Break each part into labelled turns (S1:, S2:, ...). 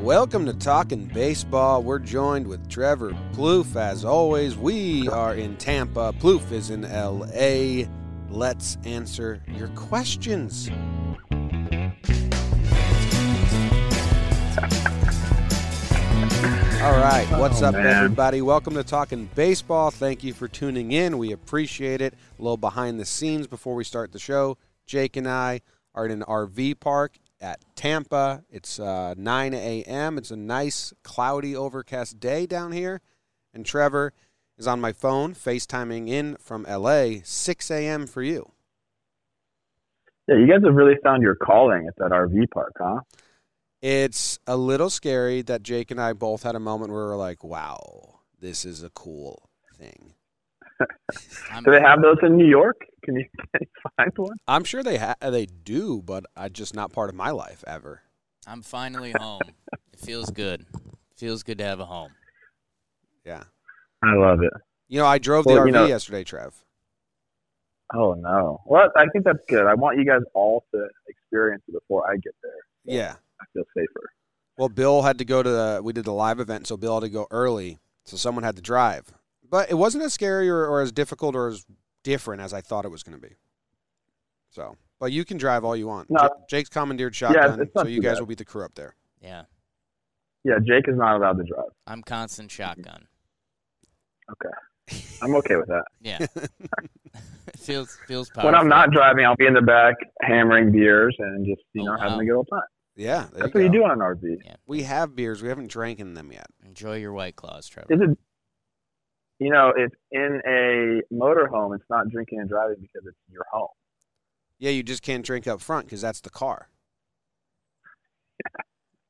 S1: Welcome to Talking Baseball. We're joined with Trevor Plouffe as always. We are in Tampa. Plouffe is in LA. Let's answer your questions. All right, what's
S2: Oh,
S1: up,
S2: man.
S1: everybody? Welcome to Talking Baseball. Thank you for tuning in. We appreciate it. A little behind the scenes before we start the show. Jake and I are in an RV park at Tampa. It's uh, 9 a.m. It's a nice, cloudy, overcast day down here. And Trevor is on my phone, FaceTiming in from LA, 6 a.m. for you.
S2: Yeah, you guys have really found your calling at that RV park, huh?
S1: It's a little scary that Jake and I both had a moment where we are like, wow, this is a cool thing.
S3: I'm,
S2: Do they have those in New York? Can you, can you find one?
S1: I'm sure they ha- they do, but I just not part of my life ever.
S3: I'm finally home. It feels good. feels good to have a home.
S1: Yeah.
S2: I love it.
S1: You know, I drove the
S2: Well,
S1: RV
S2: you know-
S1: yesterday, Trev.
S2: Oh no. Well, I think that's good. I want you guys all to experience it before I get there.
S1: Yeah.
S2: I feel safer.
S1: Well, Bill had to go to the we did the live event, so Bill had to go early, so someone had to drive. But it wasn't as scary or, or as difficult or as different as I thought it was going to be. So, but you can drive all you want.
S2: No.
S1: Ja- Jake's commandeered shotgun,
S2: it's not
S1: so you
S2: too
S1: guys
S2: bad.
S1: will be the crew up there.
S3: Yeah.
S2: Yeah, Jake is not allowed to drive.
S3: I'm constant shotgun.
S2: I'm okay with that.
S3: Yeah. it feels feels powerful.
S2: When I'm not driving, I'll be in the back hammering beers and just you
S3: Oh,
S2: know
S3: wow.
S2: having a good old time.
S1: Yeah, there
S2: That's
S1: you
S2: what you
S1: go.
S2: do on an RV.
S1: We have beers. We haven't drank in them yet.
S3: Enjoy your white claws, Trevor.
S2: Is it? You know, it's in a motorhome. It's not drinking and driving because it's your home.
S1: Yeah, you just can't drink up front because that's the car.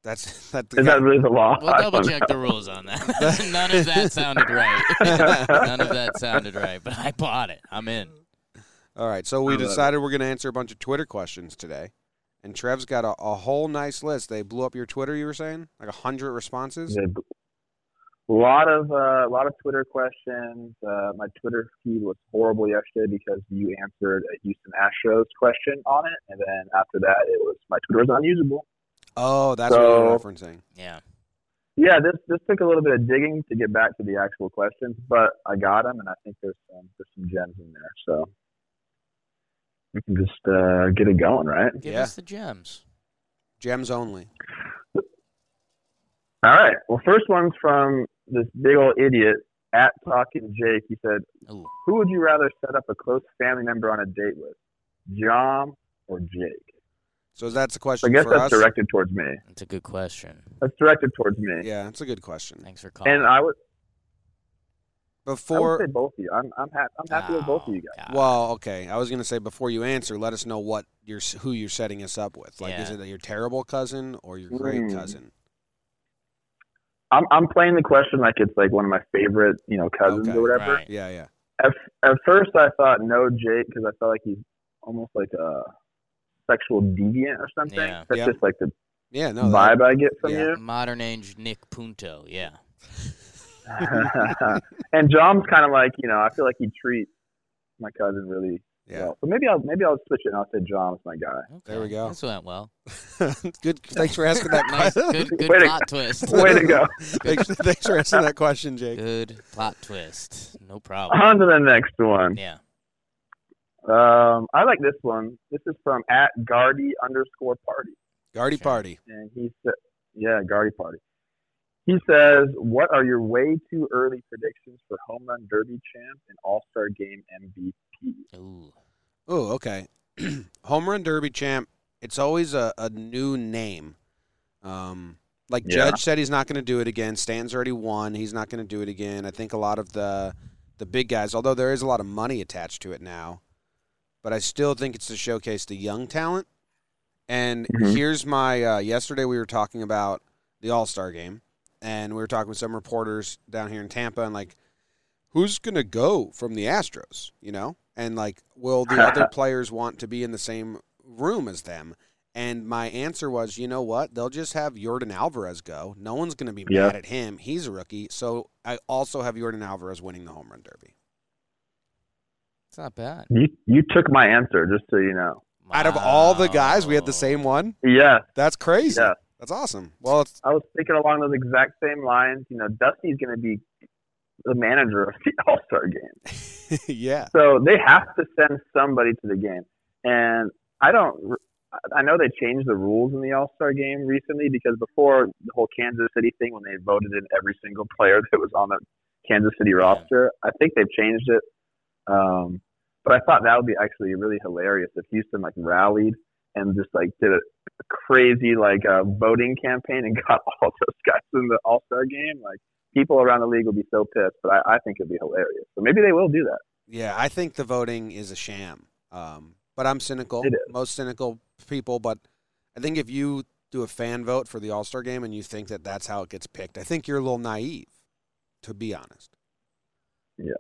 S1: That's that.
S2: Is that really the law?
S3: We'll
S2: I
S3: double
S2: don't
S3: check the rules on that. None of that sounded right. None of that sounded right, but I bought it. I'm in.
S1: All right, so we
S2: I love it.
S1: decided we're going to answer a bunch of Twitter questions today, and Trev's got a, a whole nice list. They blew up your Twitter. You were saying like a hundred responses.
S2: a lot of uh, a lot of Twitter questions. Uh, my Twitter feed was horrible yesterday because you answered a Houston Astros question on it, and then after that, it was my Twitter was unusable.
S1: Oh, that's what you were
S2: So-
S1: referencing.
S3: Yeah.
S2: Yeah, this this took a little bit of digging to get back to the actual questions, but I got them, and I think there's some there's some gems in there. So we can just uh, get it going, right?
S3: Give
S1: Yeah.
S3: us the gems.
S1: Gems only.
S2: All right. Well, first one's from this big old idiot at Talking Jake. He said,
S3: Ooh.
S2: Who would you rather set up a close family member on a date with, John or Jake?
S1: So that's a
S2: I
S1: question
S2: guess
S1: for
S2: that's
S1: us.
S2: directed towards me.
S3: That's a good question.
S2: That's directed towards me.
S1: Yeah, that's a good question.
S3: Thanks for calling.
S2: And I would, I would
S1: Before,
S2: say both of you. I'm I'm, ha- I'm happy with both of you guys.
S3: Oh, God.
S1: well, okay, I was going to say before you answer, let us know what you're s- who you're setting us up with. Like, is
S3: Yeah.
S1: it your terrible cousin or your great
S2: Mm.
S1: cousin?
S2: I'm I'm playing the question like it's like one of my favorite you know cousins
S1: Okay,
S2: or whatever.
S3: Right.
S1: Yeah, yeah.
S2: At, at first I thought no Jake because I felt like he's almost like a sexual deviant or something.
S3: Yeah.
S2: That's
S1: Yeah.
S2: just like the
S1: Yeah, no. that-
S2: vibe I get from
S1: yeah.
S2: you.
S3: Modern age Nick Punto. Yeah.
S2: and Jom's kind of like you know I feel like he treats my cousin really
S1: yeah.
S2: well. So maybe I'll maybe I'll switch it and I'll say Jom's my guy.
S3: Okay.
S1: There we go.
S3: This went well.
S1: good. Thanks for asking that
S3: Nice.
S1: question.
S3: Good, good
S2: Way to-
S3: plot twist.
S2: Way to go!
S1: thanks, thanks for asking that question, Jake.
S3: Good plot twist. No problem.
S2: On to the next one.
S3: Yeah.
S2: Um, I like this one. This is from at Guardy underscore party,
S1: Guardy
S3: Sure.
S1: party.
S2: and he said, "Yeah, Guardy party." He says, "What are your way too early predictions for home run derby champ and All Star game MVP?"
S3: Ooh.
S1: Oh, okay. Home run derby champ. It's always a, a new name. Um, like
S2: Yeah.
S1: Judge said, he's not going to do it again. Stan's already won. He's not going to do it again. I think a lot of the the big guys, although there is a lot of money attached to it now, but I still think it's to showcase the young talent. And
S2: Mhm.
S1: here's my uh, yesterday we were talking about the All Star game, and we were talking with some reporters down here in Tampa, and like, who's gonna go from the Astros? You know, and like, will the other players want to be in the same room as them? And my answer was, you know what? They'll just have Jordan Alvarez go. No one's going to be
S2: Yeah.
S1: mad at him. He's a rookie. So I also have Jordan Alvarez winning the home run derby.
S3: It's not bad.
S2: You you took my answer, just so you know.
S1: Out of all the guys, we had the same one.
S2: Yes,
S1: That's crazy.
S2: yes.
S1: That's awesome. Well, it's,
S2: I was thinking along those exact same lines. You know, Dusty's going to be the manager of the All Star game,
S1: yeah,
S2: so they have to send somebody to the game. And I don't. r- I know they changed the rules in the All Star game recently because before the whole Kansas City thing, when they voted in every single player that was on the Kansas City roster, I think they've changed it. Um, but I thought that would be actually really hilarious if Houston like rallied and just like did a crazy like uh, voting campaign and got all those guys in the All Star game. Like people around the league would be so pissed, but I, I think it'd be hilarious. So maybe they will do that.
S1: yeah. I think the voting is a sham. Um, but I'm cynical.
S2: It is.
S1: Most cynical people. But I think if you do a fan vote for the All Star game and you think that that's how it gets picked, I think you're a little naive, to be honest.
S2: Yeah.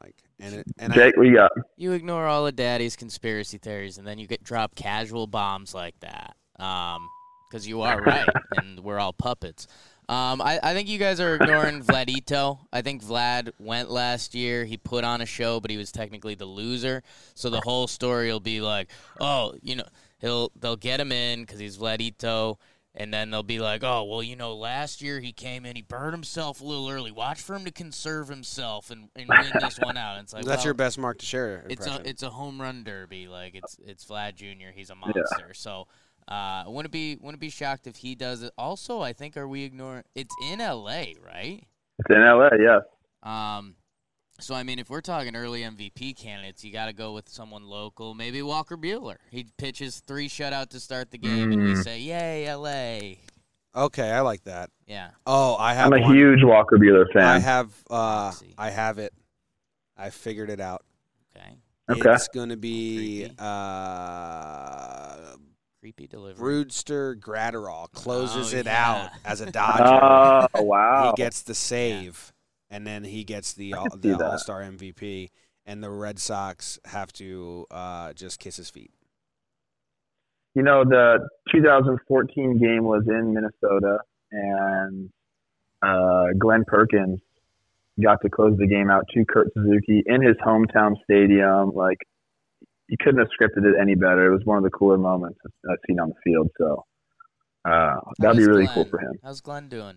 S1: Like and it, and I,
S2: Jake, we got
S3: You ignore all of Daddy's conspiracy theories, and then you get drop casual bombs like that. Um, because you are right, and we're all puppets. Um, I, I think you guys are ignoring Vladito. I think Vlad went last year. He put on a show, but he was technically the loser. So the whole story will be like, oh, you know, he'll they'll get him in because he's Vladito, and then they'll be like, oh, well, you know, last year he came in, he burned himself a little early. Watch for him to conserve himself and, and win this one out. And it's like
S1: that's
S3: well,
S1: your best mark to share.
S3: it's a
S1: impression.
S3: it's a home run derby. Like it's it's Vlad Jr. He's a monster. So uh, wouldn't be wouldn't be shocked if he does it. Also, I think are we ignoring? It's in L.A. Right?
S2: it's in LA. Yeah.
S3: Um, so I mean, if we're talking early MVP candidates, you got to go with someone local. Maybe Walker Bueller. He pitches three shutout to start the game, and we
S2: Mm.
S3: say, "Yay, L.A."
S1: okay, I like that.
S3: Yeah.
S1: Oh, I have.
S2: I'm a
S1: one.
S2: huge Walker Bueller
S1: I
S2: fan.
S1: have. Uh,
S3: Let's see.
S1: I have it. I figured it out.
S3: Okay.
S2: Okay.
S1: It's going to be
S3: Creepy.
S1: uh,
S3: Creepy delivery.
S1: Brewster Gratterall closes
S3: Oh,
S1: it
S3: yeah.
S1: out as a Dodger.
S2: Oh
S1: he
S2: wow!
S1: gets the save, and then he gets the
S2: I
S1: all,
S2: could see
S1: the
S2: that.
S1: All Star MVP, and the Red Sox have to uh, just kiss his feet.
S2: you know the 2014 game was in Minnesota, and uh, Glenn Perkins got to close the game out to Kurt Suzuki in his hometown stadium. Like you couldn't have scripted it any better. It was one of the cooler moments I've seen on the field. So uh, that'd be
S3: How's
S2: really cool
S3: Glenn?
S2: for him.
S3: How's Glenn doing?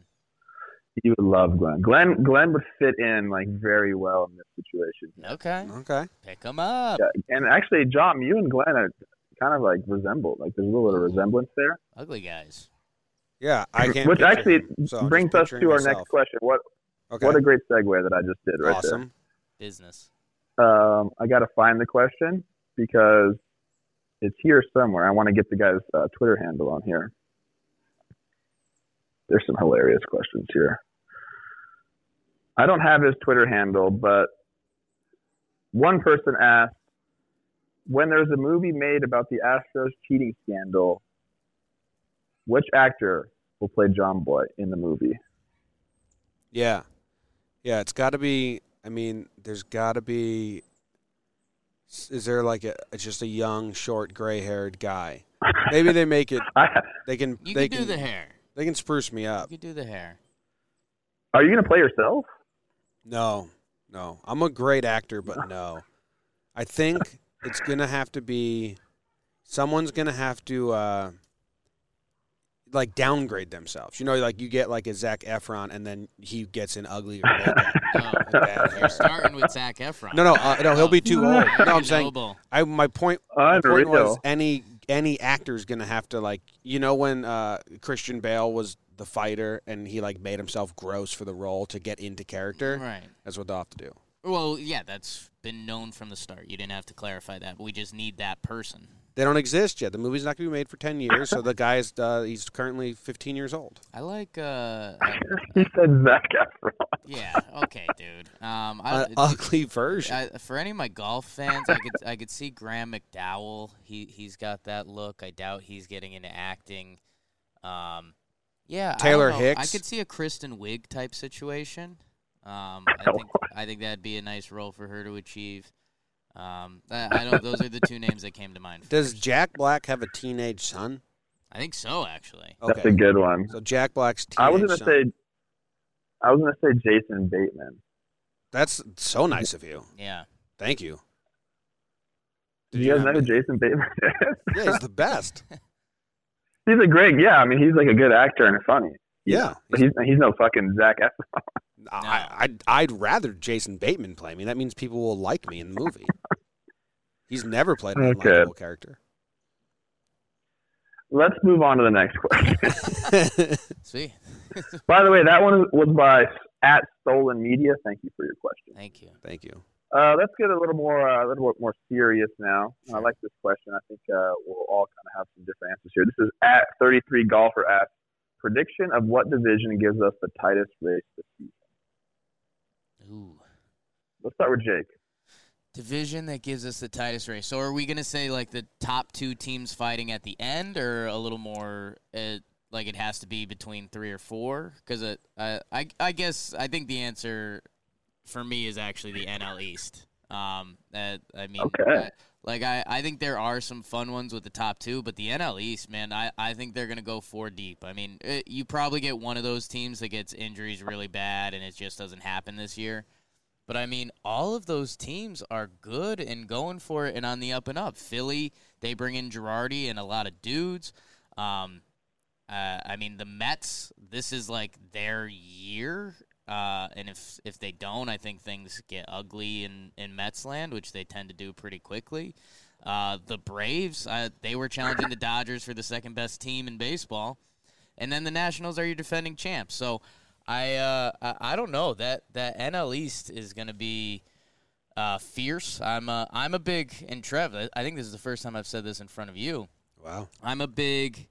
S2: He would love Glenn. Glenn Glenn would fit in like very well in this situation.
S3: Okay.
S1: Okay,
S3: Pick him up.
S2: Yeah, and actually, John, you and Glenn are kind of like resemble. Like there's a little bit of resemblance there,
S3: Ugly guys.
S1: yeah, I can't.
S2: which
S1: picture
S2: actually
S1: him, so I'm just
S2: brings us
S1: picturing
S2: to our
S1: myself.
S2: next question. What
S1: Okay,
S2: what a great segue that I just did right
S1: awesome.
S3: Business.
S2: there. Um, I got to find the question because it's here somewhere. I want to get the guy's uh, Twitter handle on here. There's some hilarious questions here. I don't have his Twitter handle, but one person asked, when there's a movie made about the Astros cheating scandal, which actor will play John Boy in the movie?
S1: Yeah. Yeah, it's got to be. I mean, there's got to be. s- Is there like a a- just a young, short, gray-haired guy? Maybe they make it. They can.
S3: You
S1: they
S3: can do the hair.
S1: They can spruce me
S3: You
S1: up.
S3: can do the hair.
S2: Are you going to play yourself?
S1: No, no. I'm a great actor, but no. I think it's gonna have to be. Someone's gonna have to. Uh, like downgrade themselves, you know. Like you get like a Zach Efron, and then he gets an uglier. makeup.
S3: Oh,
S1: Bad hair.
S3: you're starting with Zach Efron.
S1: No, no, uh, no. He'll be too old. No, I'm saying.
S3: Noble.
S1: I my point My point was
S2: Unreal.
S1: any any actor's gonna have to like you know when uh, Christian Bale was the fighter and he like made himself gross for the role to get into character.
S3: Right.
S1: That's what they'll have to do.
S3: Well, yeah, that's been known from the start. You didn't have to clarify that. We just need that person.
S1: They don't exist yet. The movie's not gonna be made for ten years, so the guy's uh, he's currently fifteen years old.
S3: I like. Uh,
S2: he said Zach Efron.
S3: yeah. Okay, dude. Um, I,
S1: An ugly version.
S3: I, for any of my golf fans, I could I could see Graham McDowell. He he's got that look. I doubt he's getting into acting. Um, yeah, I don't
S1: Taylor
S3: know. I
S1: Hicks.
S3: could see a Kristen Wiig type situation. Um, I think I think that'd be a nice role for her to achieve. Um, I, I don't. Those are the two names that came to mind.
S1: Does Jack Black have a teenage son?
S3: I think so, actually.
S2: That's a good one.
S1: So Jack Black's teenage
S2: I was gonna
S1: son.
S2: say, I was gonna say Jason Bateman.
S1: That's so nice of you.
S3: Yeah.
S1: Thank you.
S2: Do
S1: Did
S2: you guys
S1: not
S2: know who Jason Bateman is?
S1: Yeah, he's the best.
S2: He's a great, yeah. I mean, he's like a good actor and funny.
S1: Yeah.
S2: But he's he's no fucking E-, Zach Efron.
S1: I, I'd, I'd rather Jason Bateman play me. That means people will like me in the movie. He's never played an
S2: Okay.
S1: unlikable character.
S2: Let's move on to the next question.
S3: See,
S2: by the way, that one was by at Stolen Media. Thank you for your question.
S3: thank you.
S1: Thank you.
S2: Uh, let's get a little more uh, a little bit more serious now. I like this question. I think uh, we'll all kind of have some different answers here. This is at 33 golfer asks prediction of what division gives us the tightest race this season.
S3: Ooh.
S2: Let's start with Jake.
S3: Division that gives us the tightest race. So, are we going to say like the top two teams fighting at the end, or a little more uh, like it has to be between three or four? Because I, I, I guess I think the answer for me is actually the NL East. Um, that I mean,
S2: Okay.
S3: I- like I, I think there are some fun ones with the top two, but the NL East, man, I, I think they're gonna go four deep. I mean, it, you probably get one of those teams that gets injuries really bad and it just doesn't happen this year. But I mean, all of those teams are good and going for it and on the up and up. Philly, they bring in Girardi and a lot of dudes. Um, uh, I mean, the Mets. This is like their year, uh, and if if they don't, I think things get ugly in in Mets land, which they tend to do pretty quickly. Uh, the Braves, uh, they were challenging the Dodgers for the second best team in baseball, and then the Nationals are your defending champs. So I uh, I, I don't know that that NL East is going to be uh, fierce. I'm a, I'm a big and Trev. I- I think this is the first time I've said this in front of you.
S1: Wow.
S3: I'm a big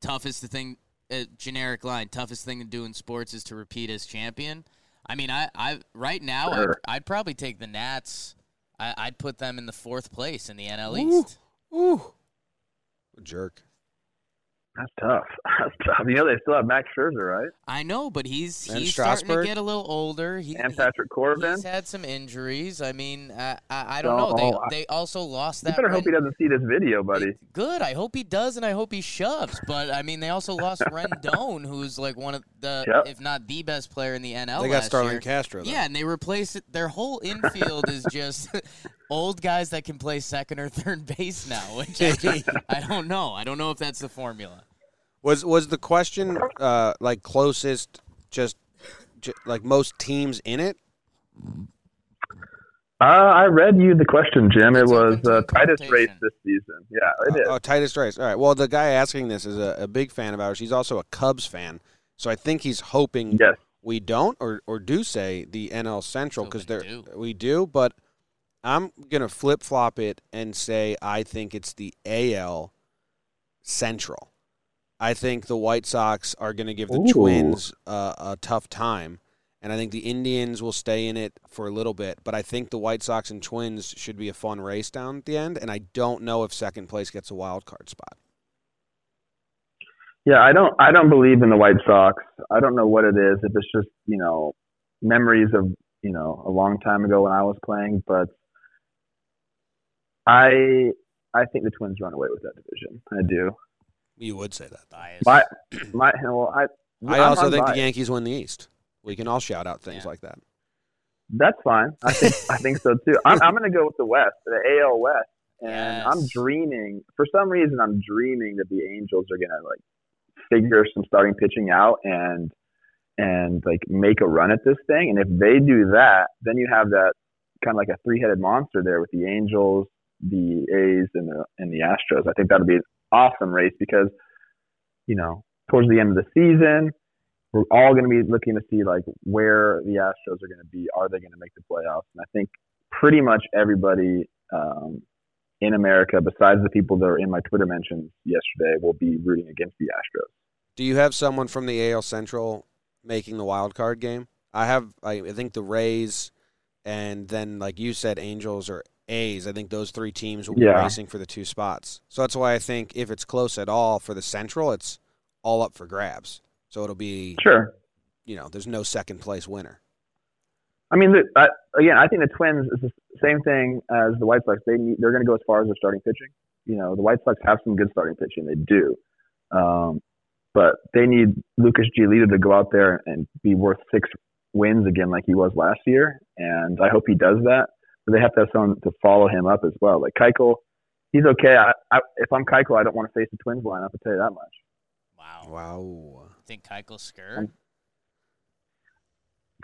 S3: toughest the thing uh, generic line toughest thing to do in sports is to repeat as champion. I mean, I I right now I'd-
S2: Sure.
S3: I'd, probably take the Nats. I, I'd put them in the fourth place in the NL
S1: Ooh.
S3: East.
S1: Ooh. Jerk.
S2: That's tough. That's tough. You know they still have Max Scherzer, right?
S3: I know, but he's
S1: And
S3: he's starting
S1: Strasburg?
S3: to get a little older. He,
S2: And
S3: he-
S2: Patrick Corbin.
S3: he's had some injuries. I mean, I I, I don't
S2: So, oh,
S3: know.
S2: I-
S3: They they also lost
S2: You
S3: that.
S2: better hope
S3: Ren-
S2: he doesn't see this video, buddy.
S3: Good. I hope he does, and I hope he shoves. But I mean, they also lost Rendon, who's like one of the,
S2: Yep.
S3: if not the best player in the NL.
S1: they got
S3: last
S1: Starlin
S3: year.
S1: Castro. Though.
S3: Yeah, and they replace it. Their whole infield is just old guys that can play second or third base now. Which I, just- I don't know. I don't know if that's the formula.
S1: Was was the question uh, like closest? Just, ju- like most teams in it.
S2: Uh, I read you the question, Jim. It
S3: It's
S2: was
S3: open to
S2: uh, tightest
S3: interpretation. Uh,
S2: race this season. Yeah, it is.
S1: Oh, Titus Rice. All right. Well, the guy asking this is a, a big fan of ours. He's also a Cubs fan, so I think he's hoping
S2: Yes.
S1: we don't or or do say the NL Central because
S3: Hoping
S1: they're
S3: do.
S1: we do. But I'm gonna flip flop it and say I think it's the AL Central. I think the White Sox are gonna give the
S2: Ooh.
S1: Twins uh, a tough time. And I think the Indians will stay in it for a little bit, but I think the White Sox and Twins should be a fun race down at the end. And I don't know if second place gets a wild card spot.
S2: Yeah, I don't I don't believe in the White Sox. I don't know what it is. If it's just, you know, memories of, you know, a long time ago when I was playing, but I I think the Twins run away with that division. I do.
S1: You would say that.
S3: Bias.
S2: My my well, I
S1: I
S2: I'm
S1: also think
S2: unbiased.
S1: the Yankees win the East. We can all shout out things
S3: Yeah.
S1: like that.
S2: That's fine. I think I think so too. I'm I'm gonna go with the West, the AL West, and I'm
S3: Yes.
S2: dreaming. For some reason, I'm dreaming that the Angels are gonna like figure some starting pitching out and and like make a run at this thing. And if they do that, then you have that kind of like a three headed monster there with the Angels, the A's, and the and the Astros. I think that'll be an awesome race because you know towards the end of the season, we're all going to be looking to see like where the Astros are going to be. Are they going to make the playoffs? And I think pretty much everybody um, in America, besides the people that are in my Twitter mentions yesterday, will be rooting against the Astros.
S1: Do you have someone from the AL Central making the wild card game? I have. I, I think the Rays, and then like you said, Angels or A's. I think those three teams will be
S2: Yeah.
S1: racing for the two spots. So that's why I think if it's close at all for the Central, it's all up for grabs. So it'll be
S2: Sure.
S1: you know there's no second place winner.
S2: I mean, the, I, again, I think the Twins is the same thing as the White Sox. They need, they're going to go as far as their starting pitching. You know, the White Sox have some good starting pitching. They do, um, but they need Lucas Giolito to go out there and be worth six wins again, like he was last year. And I hope he does that. But they have to have someone to follow him up as well. Like Keuchel he's okay. I, I, if I'm Keiko, I don't want to face the Twins lineup. I'll tell you that much.
S3: Wow.
S1: Wow.
S3: Think Keuchel scared?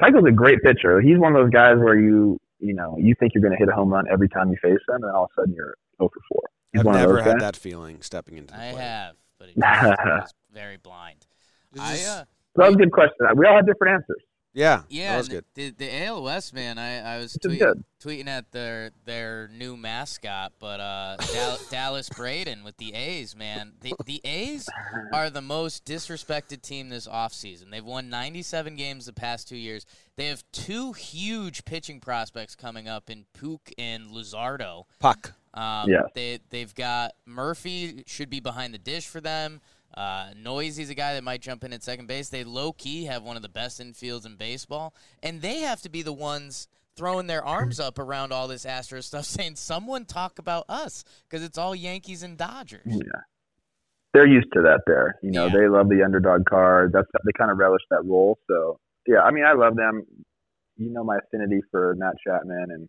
S2: Keiko's a great pitcher. He's one of those guys where you you know you think you're going to hit a home run every time you face him, and all of a sudden you're 0 for 4. He's
S1: I've
S2: one
S1: never
S2: of
S1: had
S2: those guys.
S1: that feeling stepping into the
S3: I
S1: play.
S3: have, but it was very blind. I, uh,
S2: So that was a good question. We all had different answers.
S1: yeah,
S3: yeah,
S1: that was
S3: and
S1: good.
S3: The, the AL West man, I, I was
S2: This is
S3: tweet,
S2: good.
S3: tweeting at their their new mascot, but uh, Dal- Dallas Braden with the A's, man. The the A's are the most disrespected team this offseason. They've won 97 games the past two years. They have two huge pitching prospects coming up in Pook and Luzardo.
S1: Puck.
S3: Um,
S2: Yeah.
S3: They they've got Murphy should be behind the dish for them. Uh, Noisy's a guy that might jump in at second base. They low key have one of the best infields in baseball, and they have to be the ones throwing their arms up around all this Astros stuff, saying someone talk about us because it's all Yankees and Dodgers.
S2: Yeah. They're used to that there. You know,
S3: Yeah.
S2: they love the underdog card. That's they kind of relish that role. So yeah, I mean I love them. You know my affinity for Matt Chapman and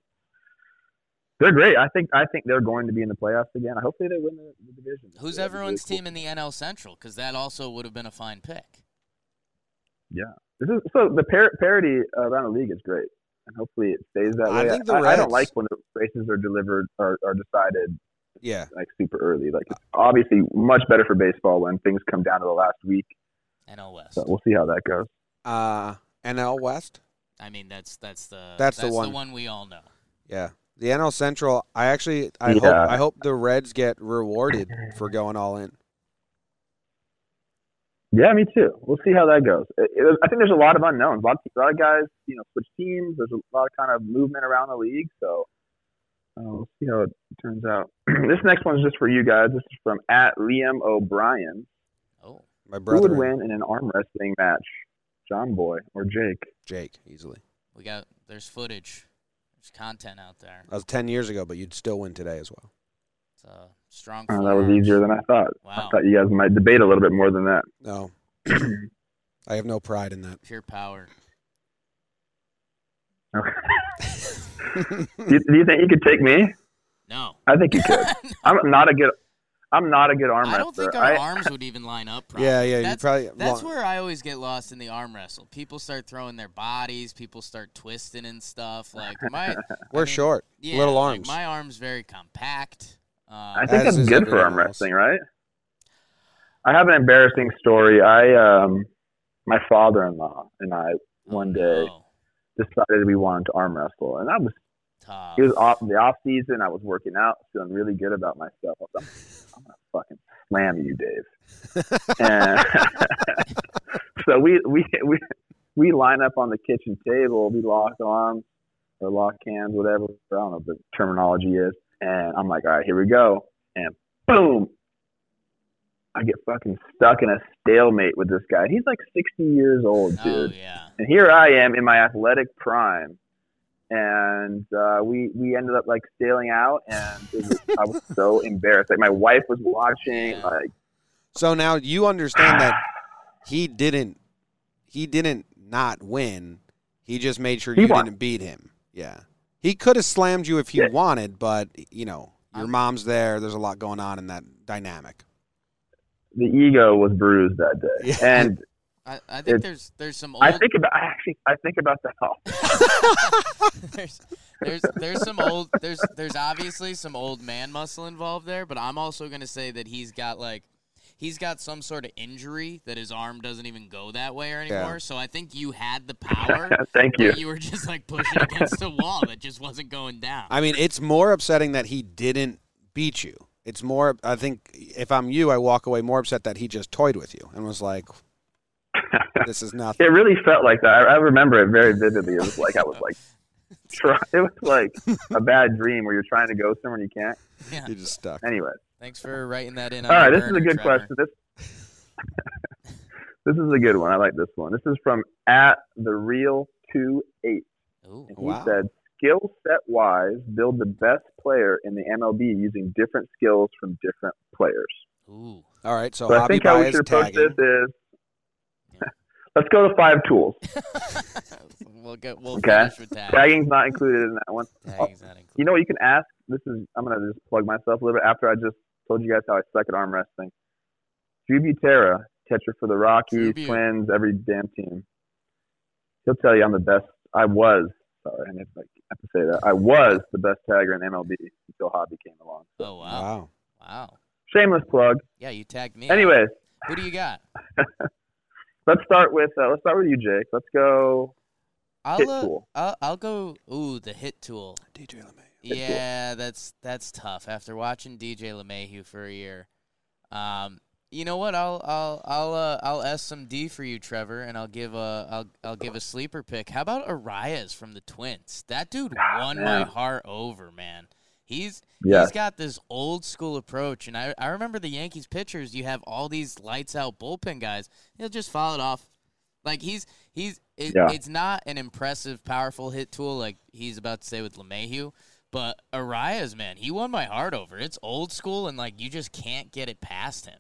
S2: they're great. I think I think they're going to be in the playoffs again. Hopefully they win the, the division.
S3: Who's
S2: That'd be really
S3: everyone's
S2: cool.
S3: team in the NL Central? Because that also would have been a fine pick.
S2: This is, so the par- parity around the league is great, and hopefully it stays that
S1: I
S2: way.
S1: think the
S2: I, I don't
S1: Reds-
S2: like when the races are delivered are, are decided
S1: Yeah,
S2: like super early. Like it's obviously much better for baseball when things come down to the last week.
S3: NL West.
S2: So we'll see how that goes.
S1: uh, NL West.
S3: I mean, that's that's the
S1: That's the one.
S3: we all know.
S1: Yeah, the NL Central. I actually, I hope,
S2: Yeah.
S1: I hope the Reds get rewarded for going all in.
S2: Yeah, me too. We'll see how that goes. It- it- I think there's a lot of unknowns. A lot, a lot of guys, you know, switch teams. There's a lot of kind of movement around the league. So uh, we'll see how it turns out. this next one's just for you guys. This is from at Liam O'Brien.
S3: Oh,
S1: My brother,
S2: Who would win in an arm wrestling match, John Boy or Jake?
S1: Jake, easily.
S3: we got there's footage, there's content out there.
S1: That was ten years ago, but you'd still win today as well.
S3: It's a strong.
S2: Oh, that
S3: forearm.
S2: was easier than I thought.
S3: Wow.
S2: I thought you guys might debate a little bit more than that.
S1: No, I have no pride in
S3: Pure power.
S2: Okay.
S1: that.
S2: do, you, do you think you could take me?
S3: No.
S2: I think you could. I'm not a good. I'm not a good arm
S3: I
S2: wrestler.
S3: don't think our
S2: I-
S3: arms would even line up properly.
S1: yeah, yeah, you
S3: That's,
S1: probably.
S3: that's
S1: long-
S3: where I always get lost in the arm wrestle. People start throwing their bodies, people start twisting and stuff. Like my
S1: we're
S3: I mean,
S1: short,
S3: yeah,
S1: little
S3: like,
S1: arms.
S3: my arm's very compact.
S2: I
S3: Um,
S2: think
S1: As
S2: I'm
S1: is
S2: good for
S1: everyone
S2: arm
S1: else.
S2: wrestling, right? I have an embarrassing story. I um, my father-in-law and I one day
S3: oh,
S2: decided we wanted to arm wrestle, and I was
S3: tough.
S2: it was off the off season. I was working out, feeling really good about myself. I was like, I'm gonna fucking slam you, Dave. and so we we we we line up on the kitchen table. We lock arms or lock hands, whatever. I don't know what the terminology is. And I'm like, all right, here we go. And boom. I get fucking stuck in a stalemate with this guy. He's like 60 years old, dude.
S3: oh yeah.
S2: And here I am in my athletic prime. And uh, we we ended up like sailing out, and it was, I was so embarrassed. Like my wife was watching. Like
S1: So now you understand that he didn't he didn't not win. He just made sure
S2: He
S1: you
S2: won.
S1: didn't beat him. Yeah. He could have slammed you if he
S2: Yeah.
S1: wanted, but you know, your
S3: I'm-
S1: mom's there, there's a lot going on in that dynamic.
S2: the ego was bruised that day,
S1: Yeah.
S2: and
S3: I, I think
S2: It-
S3: there's there's some old
S2: I think about I actually I think about that. all.
S3: there's there's there's some old there's there's obviously some old man muscle involved there, but I'm also gonna say that he's got like he's got some sort of injury that his arm doesn't even go that way or
S1: Yeah.
S3: anymore. So I think you had the power.
S2: Thank you.
S3: But you were just like pushing against a wall that just wasn't going down.
S1: I mean, it's more upsetting that he didn't beat you. It's more I think if I'm you, I walk away more upset that he just toyed with you and was like this is nothing.
S2: It really felt like that. I, I remember it very vividly. It was like I was like, try, it was like a bad dream where you're trying to go somewhere and you can't.
S3: yeah.
S1: You're just stuck.
S2: Anyway.
S3: Thanks for writing that in.
S2: All right, this is a good question. This this is a good one. I like this one. This is from at the real two eight.
S3: question.
S2: And he
S1: Wow.
S2: said, skill set wise, build the best player in the MLB using different skills from different players.
S3: Ooh, ooh,
S1: All right, so,
S2: So I
S1: hobby
S2: think how we
S1: bias
S2: should approach
S1: tagging.
S2: this is.
S3: Yeah.
S2: Let's go to five tools.
S3: we'll go. We'll
S2: Okay.
S3: finish with that.
S2: Tagging's not included in that one.
S3: Tagging's not included.
S2: You know what? You can ask this is I'm gonna just plug myself a little bit after I just told you guys how I suck at arm wrestling. Jubutera, catcher for the Rockies,
S3: Tribute.
S2: Twins, every damn team. He'll tell you I'm the best. I was sorry, I mean, like, I have to say that I was the best tagger in MLB until Hobby came along.
S3: Oh wow. wow.
S1: Wow.
S2: Shameless plug.
S3: Yeah, you tagged me.
S2: Anyways,
S3: Who do you got?
S2: let's start with uh, let's start with you, Jake. Let's go.
S3: I'll,
S2: Hit
S3: uh,
S2: tool.
S3: I'll I'll go ooh, the hit tool.
S1: DJ LeMay.
S2: Hit tool.
S3: Yeah, that's that's tough. After watching DJ LeMahieu for a year, um, you know what? I'll I'll I'll uh, I'll S some D for you, Trevor, and I'll give a I'll I'll give a sleeper pick. How about Arias from the Twins? That dude
S2: Ah,
S3: won my
S2: man.
S3: heart over, man. He's
S2: Yeah.
S3: he's got this old school approach, and I I remember the Yankees pitchers. You have all these lights out bullpen guys. He'll just foul it off. Like he's he's it,
S2: Yeah.
S3: it's not an impressive, powerful hit tool like he's about to say with Lemayhew. But Arias, man, he won my heart over. It's old school, and like you just can't get it past him.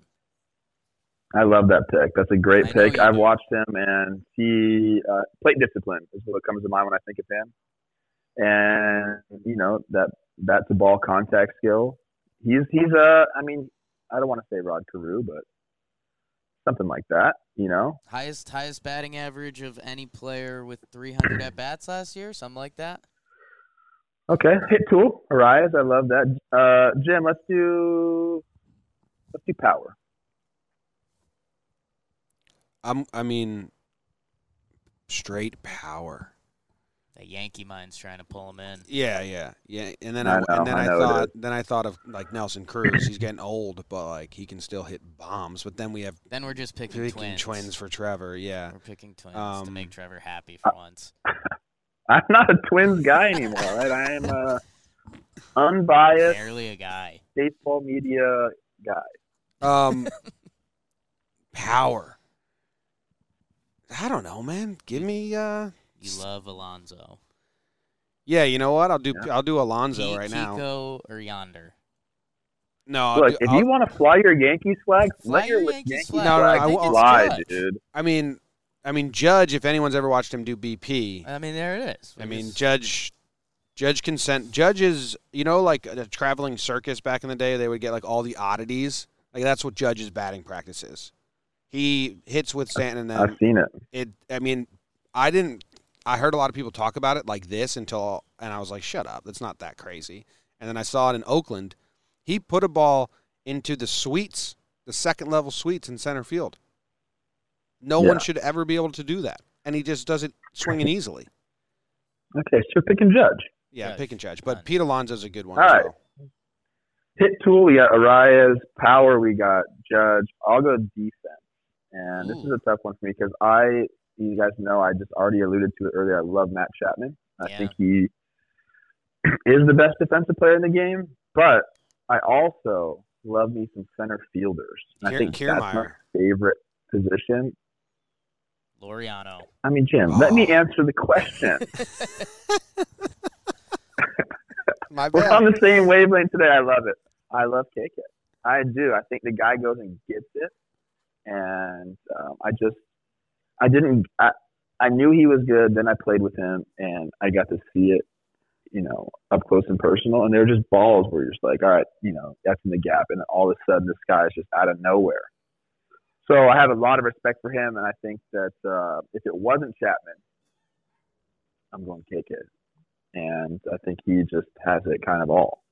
S2: I love that pick. That's a great
S3: I know
S2: pick.
S3: you
S2: I've
S3: do.
S2: watched him, and he uh, plate discipline is what comes to mind when I think of him. And you know that that to ball contact skill. He's he's a. I mean, I don't want to say Rod Carew, but something like that. You know,
S3: Highest highest batting average of any player with 300 at bats last year, something like that.
S2: Okay, hit tool, Arias. I love that. Uh, Jim, let's do let's do power.
S1: I'm, I mean, straight power.
S3: The Yankee mind's trying to pull him in.
S1: Yeah, yeah, yeah. And then
S2: I
S1: I,
S2: know,
S1: and then
S2: I
S1: I,
S2: know it
S1: thought then I thought of like Nelson Cruz. He's getting old, but like he can still hit bombs. But then we have
S3: Then we're just picking,
S1: picking
S3: twins.
S1: twins. for Trevor. Yeah,
S3: We're picking twins to
S1: Um,
S3: make Trevor happy for once.
S2: I'm not a Twins guy anymore, right? I am a unbiased
S3: Barely a guy.
S2: baseball media guy.
S1: um, power. I don't know, man. Give me. uh
S3: You love Alonzo.
S1: Yeah, you know what? I'll do.
S2: Yeah.
S1: I'll do Alonzo
S3: Ki-
S1: right now.
S3: Kiko or Yonder.
S1: No, I'll
S2: Look,
S1: do-
S2: if
S1: I'll-
S2: you want to fly your Yankees flag,
S3: Fly
S2: let
S3: your
S2: your
S3: Yankees
S2: Yankees
S3: flag.
S2: flag,
S1: No, no, I won't.
S2: fly,
S3: It's
S2: dude.
S1: I mean, I mean, Judge. If anyone's ever watched him do BP,
S3: I mean, there it is.
S1: I
S3: We
S1: mean,
S3: just-
S1: Judge, Judge consent. Judge is, you know, like a traveling circus back in the day. They would get like all the oddities. Like that's what Judge's batting practice is. He hits with Stanton, and
S2: I've
S1: then
S2: seen it.
S1: it. I mean, I didn't. I heard a lot of people talk about it like this until, and I was like, shut up, that's not that crazy. And then I saw it in Oakland. He put a ball into the suites, the second level suites in center field. No one
S2: Yeah.
S1: should ever be able to do that, and he just does it swinging easily.
S2: Okay, so pick and judge.
S1: Yeah,
S3: Judge.
S1: pick and judge. But
S3: Done.
S1: Pete Alonso's a good one.
S2: All
S1: as
S2: right.
S1: well.
S2: Hit tool, we got Arias. Power, we got Judge. I'll go defense. And this is
S3: Ooh.
S2: a tough one for me because I, you guys know, I just already alluded to it earlier. I love Matt Chapman. I
S3: Yeah.
S2: think he is the best defensive player in the game, but I also love me some center fielders. And I
S1: Kier-
S2: think that's my
S1: Kiermaier.
S2: favorite position.
S3: Loriano.
S2: I mean, Jim, let me
S1: Oh.
S2: answer the question.
S1: My
S2: We're on
S1: bad.
S2: the same wavelength today. I love it. I love KK. I do. I think the guy goes and gets it, and um, I just, I didn't. I, I knew he was good. Then I played with him, and I got to see it, you know, up close and personal. And they're just balls where you're just like, all right, you know, that's in the gap, and then all of a sudden this guy is just out of nowhere. So I have a lot of respect for him, and I think that uh, if it wasn't Chapman, I'm going KK and I think he just has it kind of all.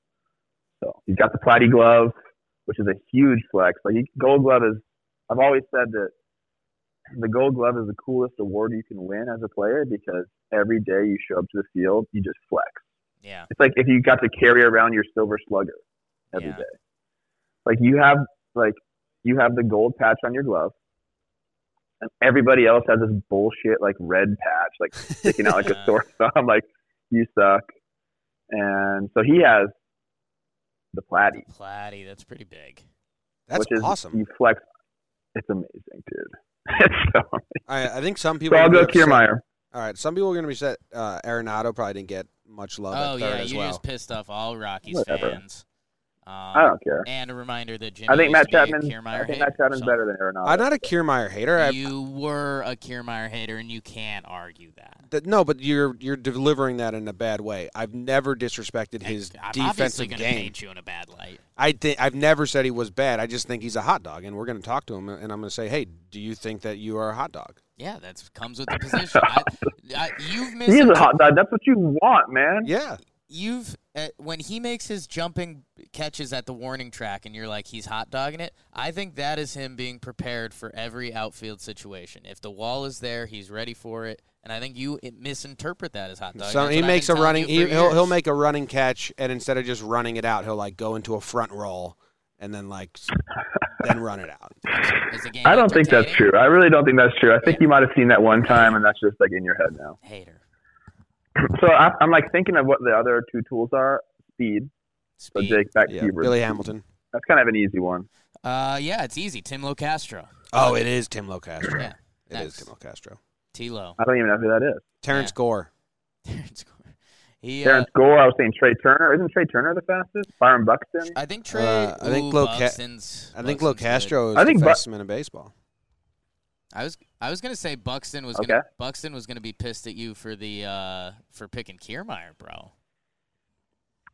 S2: So he's got the platy glove, which is a huge flex. Like he, gold glove is, I've always said that the gold glove is the coolest award you can win as a player because every day you show up to the field, you just flex.
S3: Yeah.
S2: It's like if you got to carry around your silver slugger every day.
S3: Yeah.
S2: Like you have like you have the gold patch on your glove. And everybody else has this bullshit like red patch, like sticking out like
S3: Yeah.
S2: a sore thumb, like you suck. And so he has the platy,
S3: Platy, that's pretty big.
S1: That's
S2: which is
S1: awesome.
S2: You flex. It's amazing, dude. It's so,
S1: I, I think some
S2: so
S1: people.
S2: I'll
S1: will be
S2: go
S1: upset.
S2: Kiermaier.
S1: All right, some people are going to be upset. Uh, Arenado probably didn't get much love
S3: Oh
S1: at third
S3: yeah,
S1: as
S3: you
S1: well.
S3: just pissed off all Rockies
S2: Whatever.
S3: fans. Um,
S2: I don't care.
S3: And a reminder that Jimmy
S2: I think Matt
S3: used to be
S2: Chapman.
S3: a Kiermaier
S2: I think
S3: hater,
S2: Matt Chapman's
S3: so-
S2: better than Arenado.
S1: I'm not a Kiermeyer hater. I,
S3: You were a Kiermaier hater, and you can't argue that.
S1: that, no, but you're you're delivering that in a bad way. I've never disrespected his
S3: I'm obviously
S1: defensive
S3: going to
S1: game.
S3: paint you in a bad light.
S1: I think I've never said he was bad. I just think he's a hot dog, and we're going to talk to him, and I'm going to say, hey, do you think that you are a hot dog?
S3: Yeah, that comes with the position. I, I, you've missed.
S2: He's a hot dog. That's what you want, man.
S1: Yeah,
S3: You've uh, when he makes his jumping catches at the warning track, and you're like, he's hot dogging it. I think that is him being prepared for every outfield situation. If the wall is there, he's ready for it. And I think you i- misinterpret that as hot dog.
S1: so
S3: That's
S1: he
S3: what I've
S1: makes a
S3: been telling
S1: running.
S3: you
S1: He,
S3: for
S1: he'll he'll
S3: years.
S1: make a running catch, and instead of just running it out, he'll like go into a front roll and then like s- then run it out.
S3: Is the game
S2: I don't think that's
S3: entertaining?
S2: true. I really don't think that's true. I think you might have seen that one time, and that's just like in your head now.
S3: Hater.
S2: So I, I'm like thinking of what the other two tools are: speed. So
S3: Speed.
S2: Jake back
S1: Yeah,
S2: Huber.
S1: Billy Hamilton.
S2: That's kind of an easy one.
S3: Uh, yeah, it's easy. Tim LoCastro.
S1: Oh, it is Tim LoCastro.
S3: Yeah,
S1: it is
S3: next.
S1: Tim LoCastro.
S3: T-Lo.
S2: I don't even know who that is.
S1: Terrence
S3: Yeah.
S1: Gore.
S3: Terrence Gore. He, uh,
S2: Terrence Gore. I was saying Trey Turner. Isn't Trey Turner the fastest? Byron Buxton.
S3: I think Trey.
S1: Uh, I think
S3: ooh,
S1: Lo Ca-
S3: Buxton's-
S1: I think
S3: Buxton's good.
S1: LoCastro is
S2: I
S1: the
S2: think Bu-
S1: best man in baseball.
S3: I was I was gonna say Buxton was
S2: Okay.
S3: gonna Buxton was gonna be pissed at you for the uh for picking Kiermeyer, bro.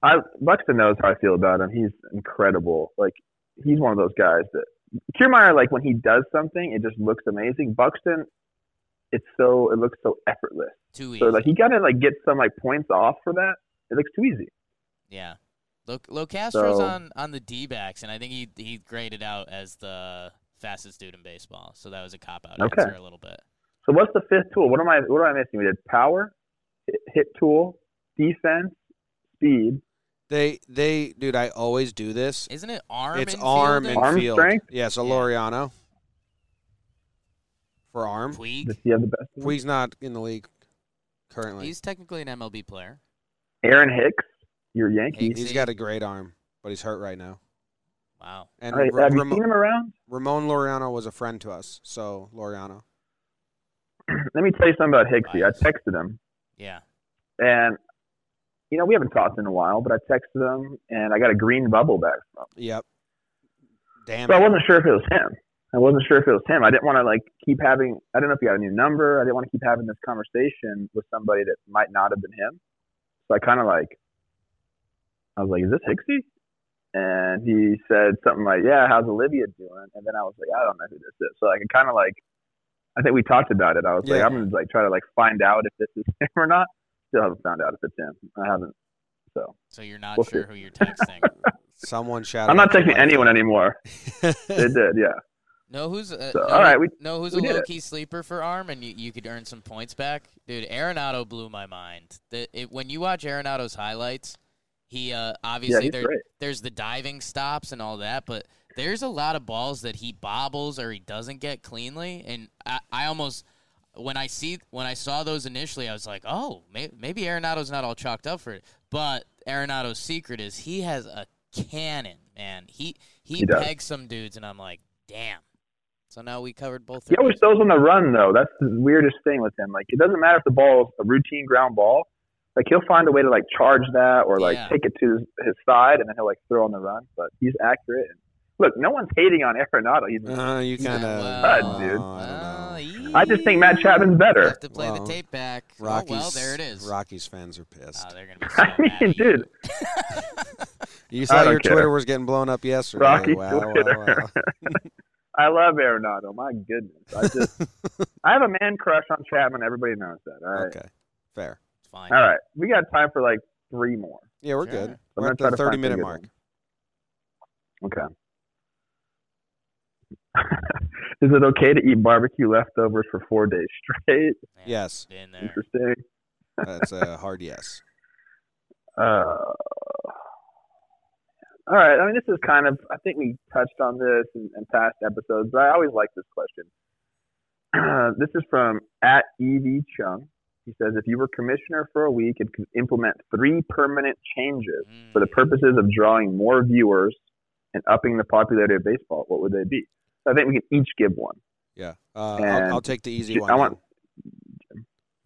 S2: I Buxton knows how I feel about him. He's incredible. Like he's one of those guys that Kiermaier, like when he does something, it just looks amazing. Buxton, it's so it looks so effortless.
S3: Too easy.
S2: So like he gotta like get some like points off for that. It looks too easy.
S3: yeah. Lo, Lo Castro's
S2: So-
S3: on on the D backs, and I think he he graded out as the fastest dude in baseball. So that was a cop out
S2: Okay.
S3: answer a little bit.
S2: So what's the fifth tool? What am I what am I missing? We did power, hit, hit tool, defense, speed,
S1: They they dude, I always do this.
S3: Isn't it arm?
S1: it's
S3: and
S1: arm
S3: fielding?
S1: and
S2: Arm
S1: field.
S2: strength?
S1: Yeah, so
S3: Yeah.
S1: Loriano for arm.
S3: Puig.
S2: does he have the best one?
S1: Puig's not in the league currently.
S3: He's technically an MLB player.
S2: Aaron Hicks, your Yankees.
S3: Hicks.
S1: he's got a great arm, but he's hurt right now.
S3: Wow.
S1: And
S2: All right,
S1: Ra-
S2: have you
S1: Ramo-
S2: seen him around?
S1: Ramon Loriano was a friend to us, so Loriano.
S2: Let me tell you something about Hicksy. I texted him.
S3: Yeah.
S2: And you know, we haven't talked in a while, but I texted him and I got a green bubble back from him.
S1: Yep. Damn.
S2: So I
S1: it.
S2: wasn't sure if it was him. I wasn't sure if it was him. I didn't want to like keep having I don't know if he had a new number. I didn't want to keep having this conversation with somebody that might not have been him. So I kinda like I was like, Is this Hixie? And he said something like, Yeah, how's Olivia doing? And then I was like, I don't know who this is. So I could kinda like I think we talked about it. I was like,
S1: Yeah.
S2: I'm gonna like try to like find out if this is him or not. Still haven't found out if it's him. I haven't so
S3: So you're not
S2: We'll see.
S3: sure who you're texting.
S1: Someone shouted.
S2: I'm not
S1: out
S2: texting anyone anymore. They
S1: Loriano.
S2: did, yeah.
S3: No, who's uh,
S2: So,
S3: no,
S2: all right, we-
S3: no, who's
S2: we
S3: a
S2: did
S3: low
S2: it.
S3: key sleeper for arm, and you, you could earn some points back, dude. Arenado blew my mind. The, it, when you watch Arenado's highlights, he uh,
S2: Yeah,
S3: obviously
S2: he's
S3: there,
S2: great.
S3: there's the diving stops and all that, but there's a lot of balls that he bobbles or he doesn't get cleanly, and I, I almost when I see when I saw those initially, I was like, oh, may, maybe Arenado's not all chalked up for it. But Arenado's secret is he has a cannon, man. He he,
S2: He does.
S3: pegs some dudes, and I'm like, damn. So now we covered both.
S2: He
S3: their
S2: always
S3: bases.
S2: throws on the run, though. That's the weirdest thing with him. Like, it doesn't matter if the ball is a routine ground ball. Like, he'll find a way to, like, charge that or, like,
S3: Yeah.
S2: take it to his, his side, and then he'll, like, throw on the run. But he's accurate. And look, no one's hating on Arenado. He's,
S1: Uh, you
S3: Yeah,
S1: kind of.
S3: well,
S1: I
S2: dude.
S1: don't know.
S3: well,
S2: I just think Matt Chapman's
S3: You
S2: better.
S3: Ah, have to play
S1: Well,
S3: the tape back.
S1: Rockies.
S3: Oh, well, there it is.
S1: Rockies fans are pissed.
S3: Oh, they're gonna be so
S2: I
S3: mad
S2: mean,
S3: at you.
S2: dude,
S1: you
S2: I
S1: saw
S2: don't
S1: your
S2: care.
S1: Twitter was getting blown up yesterday.
S2: Rocky
S1: Wow, wow,
S2: Twitter.
S1: wow.
S2: I love Arenado. My goodness. I just, I have a man crush on Chapman. Everybody knows that. All right.
S1: Okay, fair.
S3: It's fine.
S2: All right. We got time for, like, three more.
S1: Yeah, we're
S3: Sure.
S1: good.
S2: I'm
S1: We're
S2: gonna
S1: at
S2: try
S1: the
S2: to find
S1: 30 minute
S2: some good
S1: mark.
S2: ones. Okay. Is it okay to eat barbecue leftovers for four days straight?
S3: Yeah,
S1: Yes,
S3: Been there.
S2: Interesting.
S1: that's a hard yes.
S2: Uh, all right. I mean, this is kind of, I think we touched on this in, in past episodes, but I always like this question. this is from at EV Chung. He says, if you were commissioner for a week and could implement three permanent changes for the
S3: Mm.
S2: purposes of drawing more viewers and upping the popularity of baseball, what would they be? So I think we can each give one.
S1: Yeah, uh,
S2: And-
S1: I'll, I'll take the easy
S2: Ju-
S1: one.
S2: I
S1: then.
S2: want-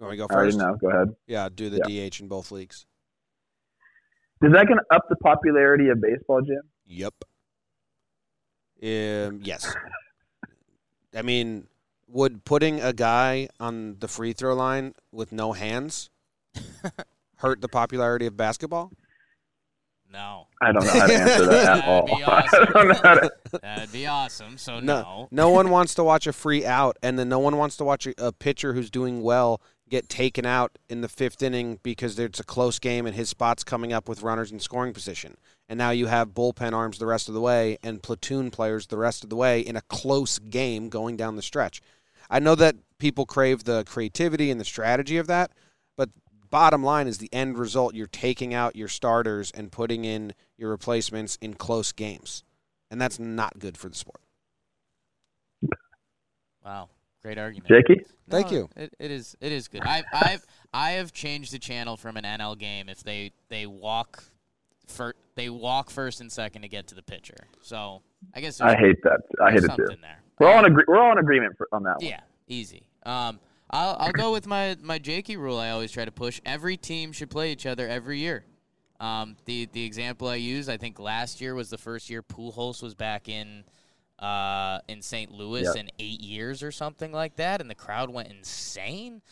S1: Want me to go
S2: I already
S1: first?
S2: know. Go ahead.
S1: Yeah, do the DH in both leagues.
S2: Is that going to up the popularity of baseball, Jim?
S1: Yep. Um, yes. I mean, would putting a guy on the free throw line with no hands hurt the popularity of basketball?
S3: No.
S2: I don't know how to answer that at
S3: That'd
S2: all.
S3: be awesome.
S2: I don't know how to-
S3: That'd be awesome. So
S1: No.
S3: no.
S1: No one wants to watch a free out, and then no one wants to watch a, a pitcher who's doing well get taken out in the fifth inning because it's a close game and his spot's coming up with runners in scoring position. And now you have bullpen arms the rest of the way and platoon players the rest of the way in a close game going down the stretch. I know that people crave the creativity and the strategy of that, but bottom line is the end result you're taking out your starters and putting in your replacements in close games. And that's not good for the sport.
S3: Wow. Great argument.
S2: Jakey?
S3: No,
S1: Thank you.
S3: It, it is. It is good. I've, I've I have changed the channel from an NL game if they they walk, fir- they walk first and second to get to the pitcher. So I guess
S2: I
S3: there's-
S2: hate that. I hate
S3: there's
S2: it too.
S3: something there.
S2: We're all in agree- we're all in agreement for, on that one.
S3: Yeah, easy. Um, I'll I'll go with my my Jakey rule. I always try to push. Every team should play each other every year. Um, the the example I use, I think last year was the first year Pujols was back in uh, in St. Louis
S2: Yep.
S3: in eight years or something like that, and the crowd went insane.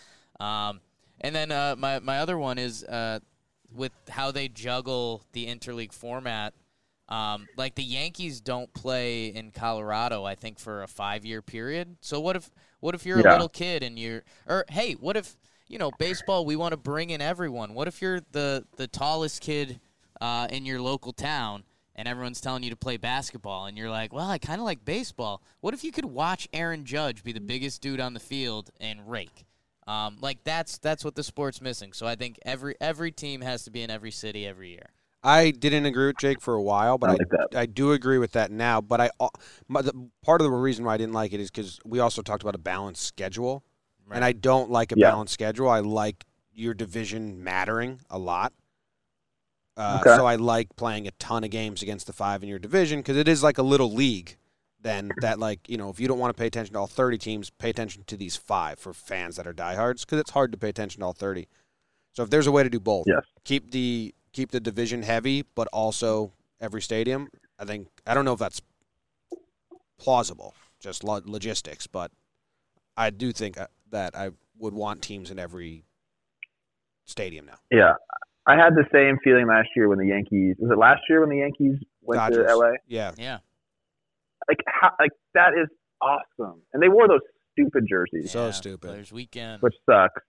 S3: Um, and then uh, my my other one is uh, with how they juggle the interleague format. Um, like the Yankees don't play in Colorado, I think, for a five-year period. So what if what if you're a
S2: Yeah.
S3: little kid and you're or hey, what if you know baseball? We want to bring in everyone. What if you're the the tallest kid uh, in your local town and everyone's telling you to play basketball and you're like, well, I kind of like baseball. What if you could watch Aaron Judge be the biggest dude on the field and rake? Um, like that's that's what the sport's missing. So I think every every team has to be in every city every year.
S1: I didn't agree with Jake for a while, but
S2: I
S1: I,
S2: like that.
S1: I, do agree with that now. But I al- my, the, part of the reason why I didn't like it is because we also talked about a balanced schedule, and I don't like a
S2: Yeah.
S1: balanced schedule. I like your division mattering a lot. Uh,
S2: Okay.
S1: So I like playing a ton of games against the five in your division because it is like a little league. Then that like you know if you don't want to pay attention to all thirty teams, pay attention to these five for fans that are diehards because it's hard to pay attention to all thirty. So if there's a way to do both,
S2: Yes.
S1: keep the keep the division heavy, but also every stadium. I think I don't know if that's plausible, just lo- logistics, but I do think uh, that I would want teams in every stadium now.
S2: Yeah. I had the same feeling last year when the Yankees was it last year when the Yankees went
S1: Dodgers.
S2: to LA?
S1: Yeah,
S3: Yeah,
S2: Like how, like that is awesome. And they wore those stupid jerseys,
S1: So
S3: Yeah,
S1: stupid.
S3: Players weekend.
S2: which sucks.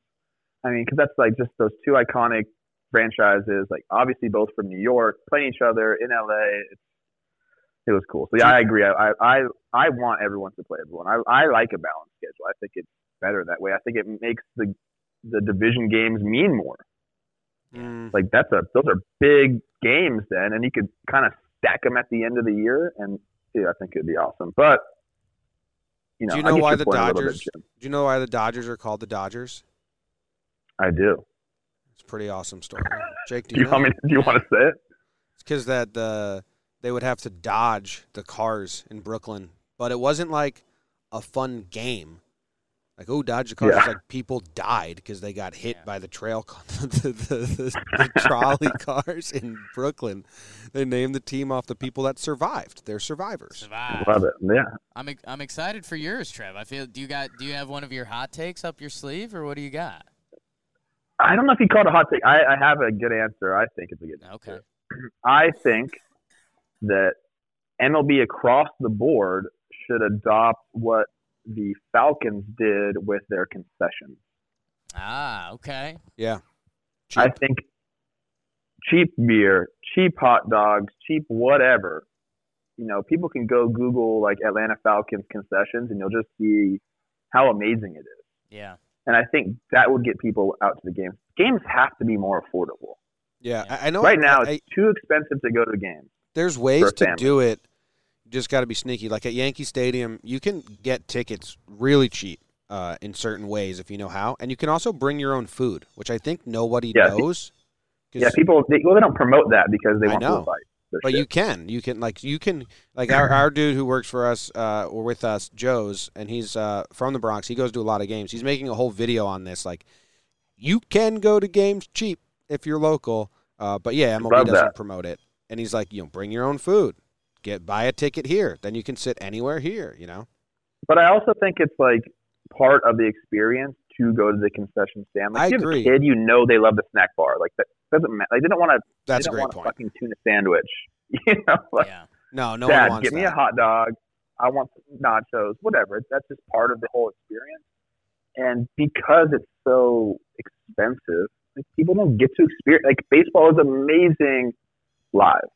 S2: I mean, cuz that's like just those two iconic franchises, like obviously both from New York, playing each other in LA. It's, it was cool. So yeah, I agree. I I I want everyone to play everyone. I I like a balanced schedule. I think it's better that way. I think it makes the the division games mean more.
S1: Mm,
S2: like that's a those are big games then, and you could kind of stack them at the end of the year, and yeah, I think it'd be awesome. But you know,
S1: Do you
S2: I
S1: know
S2: get
S1: why
S2: your
S1: the
S2: point a little bit,
S1: Dodgers-
S2: Jim.
S1: Do you know why the Dodgers are called the Dodgers?
S2: I do.
S1: It's a pretty awesome story. Jake, do
S2: Do
S1: you,
S2: you
S1: know?
S2: want me? Do you want to say it?
S1: because that the they would have to dodge the cars in Brooklyn, but it wasn't like a fun game. Like oh, dodge the cars! It's
S2: Yeah.
S1: like people died because they got hit
S3: Yeah.
S1: by the trail, car, the, the, the, the trolley cars in Brooklyn. They named the team off the people that survived. They're survivors.
S3: Survive.
S2: Love it. Yeah.
S3: I'm ex- I'm excited for yours, Trev. I feel do you got do you have one of your hot takes up your sleeve or what do you got?
S2: I don't know if you call it a hot take. I, I have a good answer. I think it's a good.
S3: Okay.
S2: I think that MLB across the board should adopt what the Falcons did with their concessions.
S3: Ah, okay.
S1: Yeah, cheap.
S2: I think cheap beer, cheap hot dogs, cheap whatever. You know, people can go Google like Atlanta Falcons concessions and you'll just see how amazing it is.
S3: Yeah.
S2: And I think that would get people out to the games. Games have to be more affordable.
S1: yeah.
S3: Yeah.
S1: I, I know.
S2: right now,
S1: I-
S2: it's too expensive to go to the games.
S1: there's ways
S2: a
S1: to
S2: family.
S1: do it. You just got to be sneaky. Like at Yankee Stadium, you can get tickets really cheap uh, in certain ways if you know how, and you can also bring your own food, which I think nobody
S2: Yeah.
S1: knows. 'Cause-
S2: Yeah, people they, well, they don't promote that because they
S1: I
S2: want
S1: know.
S2: to fight. their
S1: but
S2: shit.
S1: you can, you can, like you can, like our, our dude who works for us uh, or with us, Joe's, and he's uh, from the Bronx. He goes to a lot of games. He's making a whole video on this. Like, you can go to games cheap if you're local, uh, but yeah, MLB
S2: Love
S1: doesn't
S2: that.
S1: promote it. And he's like, you know, bring your own food. get buy a ticket here. Then you can sit anywhere here. You know.
S2: But I also think it's like part of the experience to go to the concession stand. Like
S1: I
S2: if you
S1: agree.
S2: have a kid, you know they love the snack bar. Like that doesn't matter. Like, they don't want to.
S1: That's
S2: they
S1: a
S2: don't
S1: great
S2: want
S1: point.
S2: a fucking tuna sandwich. You know, like
S3: Yeah.
S1: No, no
S2: Dad,
S1: one wants
S2: get me
S1: that.
S2: a hot dog. I want some nachos. Whatever. That's just part of the whole experience. And because it's so expensive, like people don't get to experience. Like baseball is amazing live.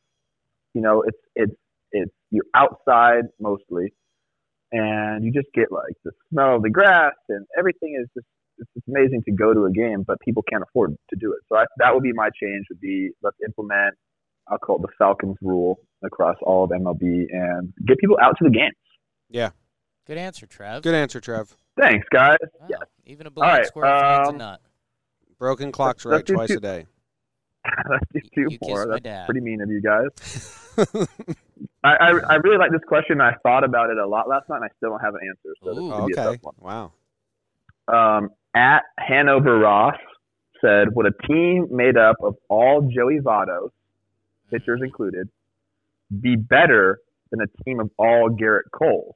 S2: You know, it's it's it's you're outside mostly, and you just get like the smell of the grass and everything is just it's just amazing to go to a game, but people can't afford to do it. So I, that would be my change. Would be let's implement I'll call it the Falcons rule across all of MLB and get people out to the games.
S3: Good answer, Trev.
S1: Good answer, Trev.
S2: Thanks, guys.
S3: Wow.
S2: Yeah,
S3: Even a blind
S2: right,
S3: squirrel finds a
S2: um,
S3: nut.
S1: Broken clocks
S2: Let's
S1: right
S2: do
S1: twice
S2: two-
S1: a day.
S2: let's do
S3: You-
S2: two
S3: you
S2: more.
S3: kissed my
S2: That's
S3: dad.
S2: pretty mean of you guys. I, I, I really like this question. I thought about it a lot last night, and I still don't have an answer. So this
S3: Ooh.
S2: could
S1: Oh,
S2: be a
S1: okay.
S2: tough one.
S1: Wow.
S2: Um, at Hanover Ross said, "Would a team made up of all Joey Vottos, pitchers
S3: Mm.
S2: included, be better than a team of all Garrett Coles?"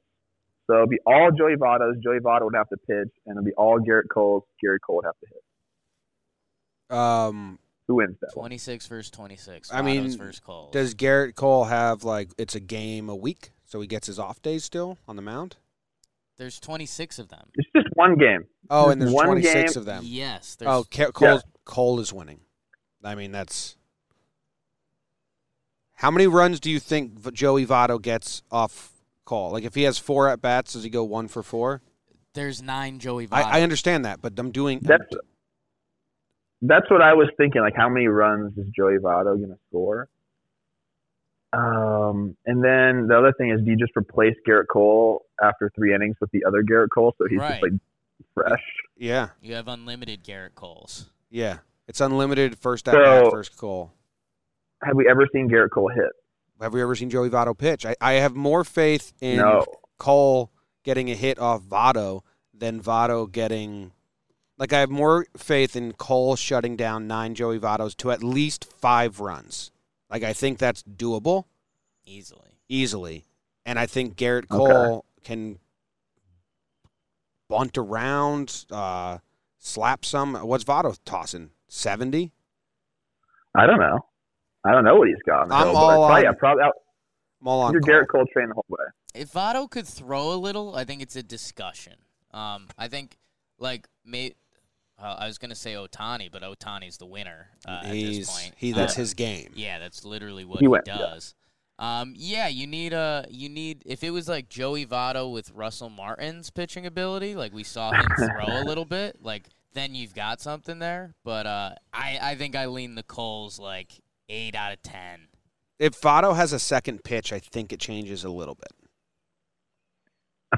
S2: So it'd be all Joey Vottos. Joey Votto would have to pitch, and it'd be all Garrett Coles. Garrett Cole would have to hit.
S1: Um,
S2: Who wins that one?
S3: 26 versus 26.
S1: I
S3: Votto's
S1: mean,
S3: versus Cole.
S1: does Garrett Cole have like it's a game a week, so he gets his off days still on the mound?
S3: There's 26 of them.
S2: It's just one game.
S1: Oh, and there's
S2: One
S1: 26
S2: game-
S1: of them.
S3: Yes. There's,
S1: Oh, Ca- Cole Cole is winning. I mean, that's how many runs do you think V- Joey Votto gets off Cole? Like, if he has four at bats, does he go one for four?
S3: there's nine Joey Votto.
S1: I, I understand that, but I'm doing.
S2: That's that's what I was thinking. Like, how many runs is Joey Votto gonna score? Um, and then the other thing is, do you just replace Garrett Cole after three innings with the other Garrett Cole, so he's
S3: Right.
S2: just like fresh?
S1: yeah,
S3: you have unlimited Garrett Coles.
S1: yeah. It's unlimited first at
S2: So-
S1: bat, first Cole.
S2: Have we ever seen Garrett Cole hit?
S1: Have we ever seen Joey Votto pitch? I, I have more faith in
S2: No.
S1: Cole getting a hit off Votto than Votto getting. Like, I have more faith in Cole shutting down nine Joey Vottos to at least five runs. Like, I think that's doable
S3: Easily.
S1: easily. And I think Garrett
S2: Okay.
S1: Cole can bunt around, uh, slap some. What's Votto tossing? 70?
S2: I don't know. I don't know what he's got.
S1: I'm
S2: though, but
S1: all
S2: probably,
S1: on-
S2: yeah, probably out,
S1: I'm all on
S2: you're
S1: Cole.
S2: Garrett Cole train the whole way.
S3: If Votto could throw a little, I think it's a discussion. Um, I think, like, may, uh, I was going to say Otani, but Otani's the winner uh, at this
S1: He's,
S3: point.
S1: he,
S3: Uh,
S1: that's his game.
S3: Yeah, that's literally what
S2: He
S3: he,
S2: went, yeah.
S3: does. Yeah. Um, yeah, you need a you need if it was like Joey Votto with Russell Martin's pitching ability, like we saw him throw a little bit, like then you've got something there. But uh, I I think I lean the Coles like eight out of ten.
S1: If Votto has a second pitch, I think it changes a little bit.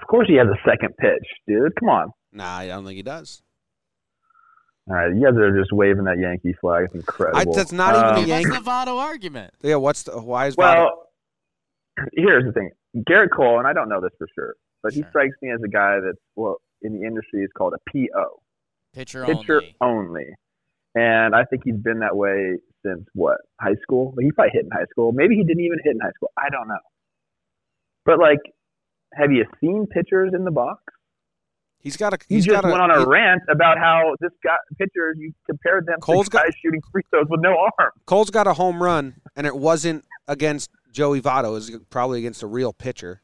S2: Of course, he has a second pitch, dude. Come on.
S1: Nah, I don't think he does.
S2: All right, you guys are just waving that Yankee flag. It's incredible.
S1: that's not even
S2: Um,
S1: a
S3: Hey, what's
S1: Yankee-
S3: the Votto argument?
S1: Yeah, what's the why is Votto?
S2: Well, here's the thing: Garrett Cole, and I don't know this for sure, but he
S3: Sure.
S2: strikes me as a guy that's well in the industry is called a PO,
S3: Pitcher,
S2: pitcher
S3: only.
S2: only. And I think he's been that way since what high school? He probably hit in high school. Maybe he didn't even hit in high school. I don't know. But like, have you seen pitchers in the box?
S1: He's got a
S2: He
S1: he's
S2: just
S1: got a,
S2: went on a
S1: he-
S2: rant about how this guy pitchers you compared them
S1: Cole's
S2: to guys
S1: got-
S2: shooting free throws with no arm.
S1: Cole's got a home run and it wasn't against Joey Votto, it was probably against a real pitcher.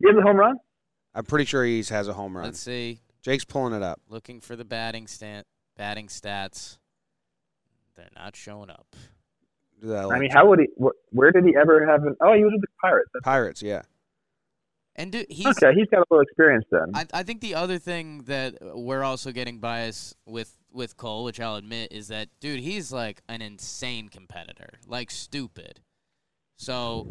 S2: You have a home run?
S1: I'm pretty sure he has a home run.
S3: Let's see.
S1: Jake's pulling it up.
S3: Looking for the batting stat batting stats. They're not showing up.
S1: Do that
S2: I
S1: like-
S2: mean, how would he? Wh- where did he ever have an? Oh, he was with the Pirates. That's
S1: Pirates, yeah.
S3: And dude, he's
S2: Okay, he's got a little experience then.
S3: I, I think the other thing that we're also getting biased with with Cole, which I'll admit, is that dude, he's like an insane competitor, like stupid. So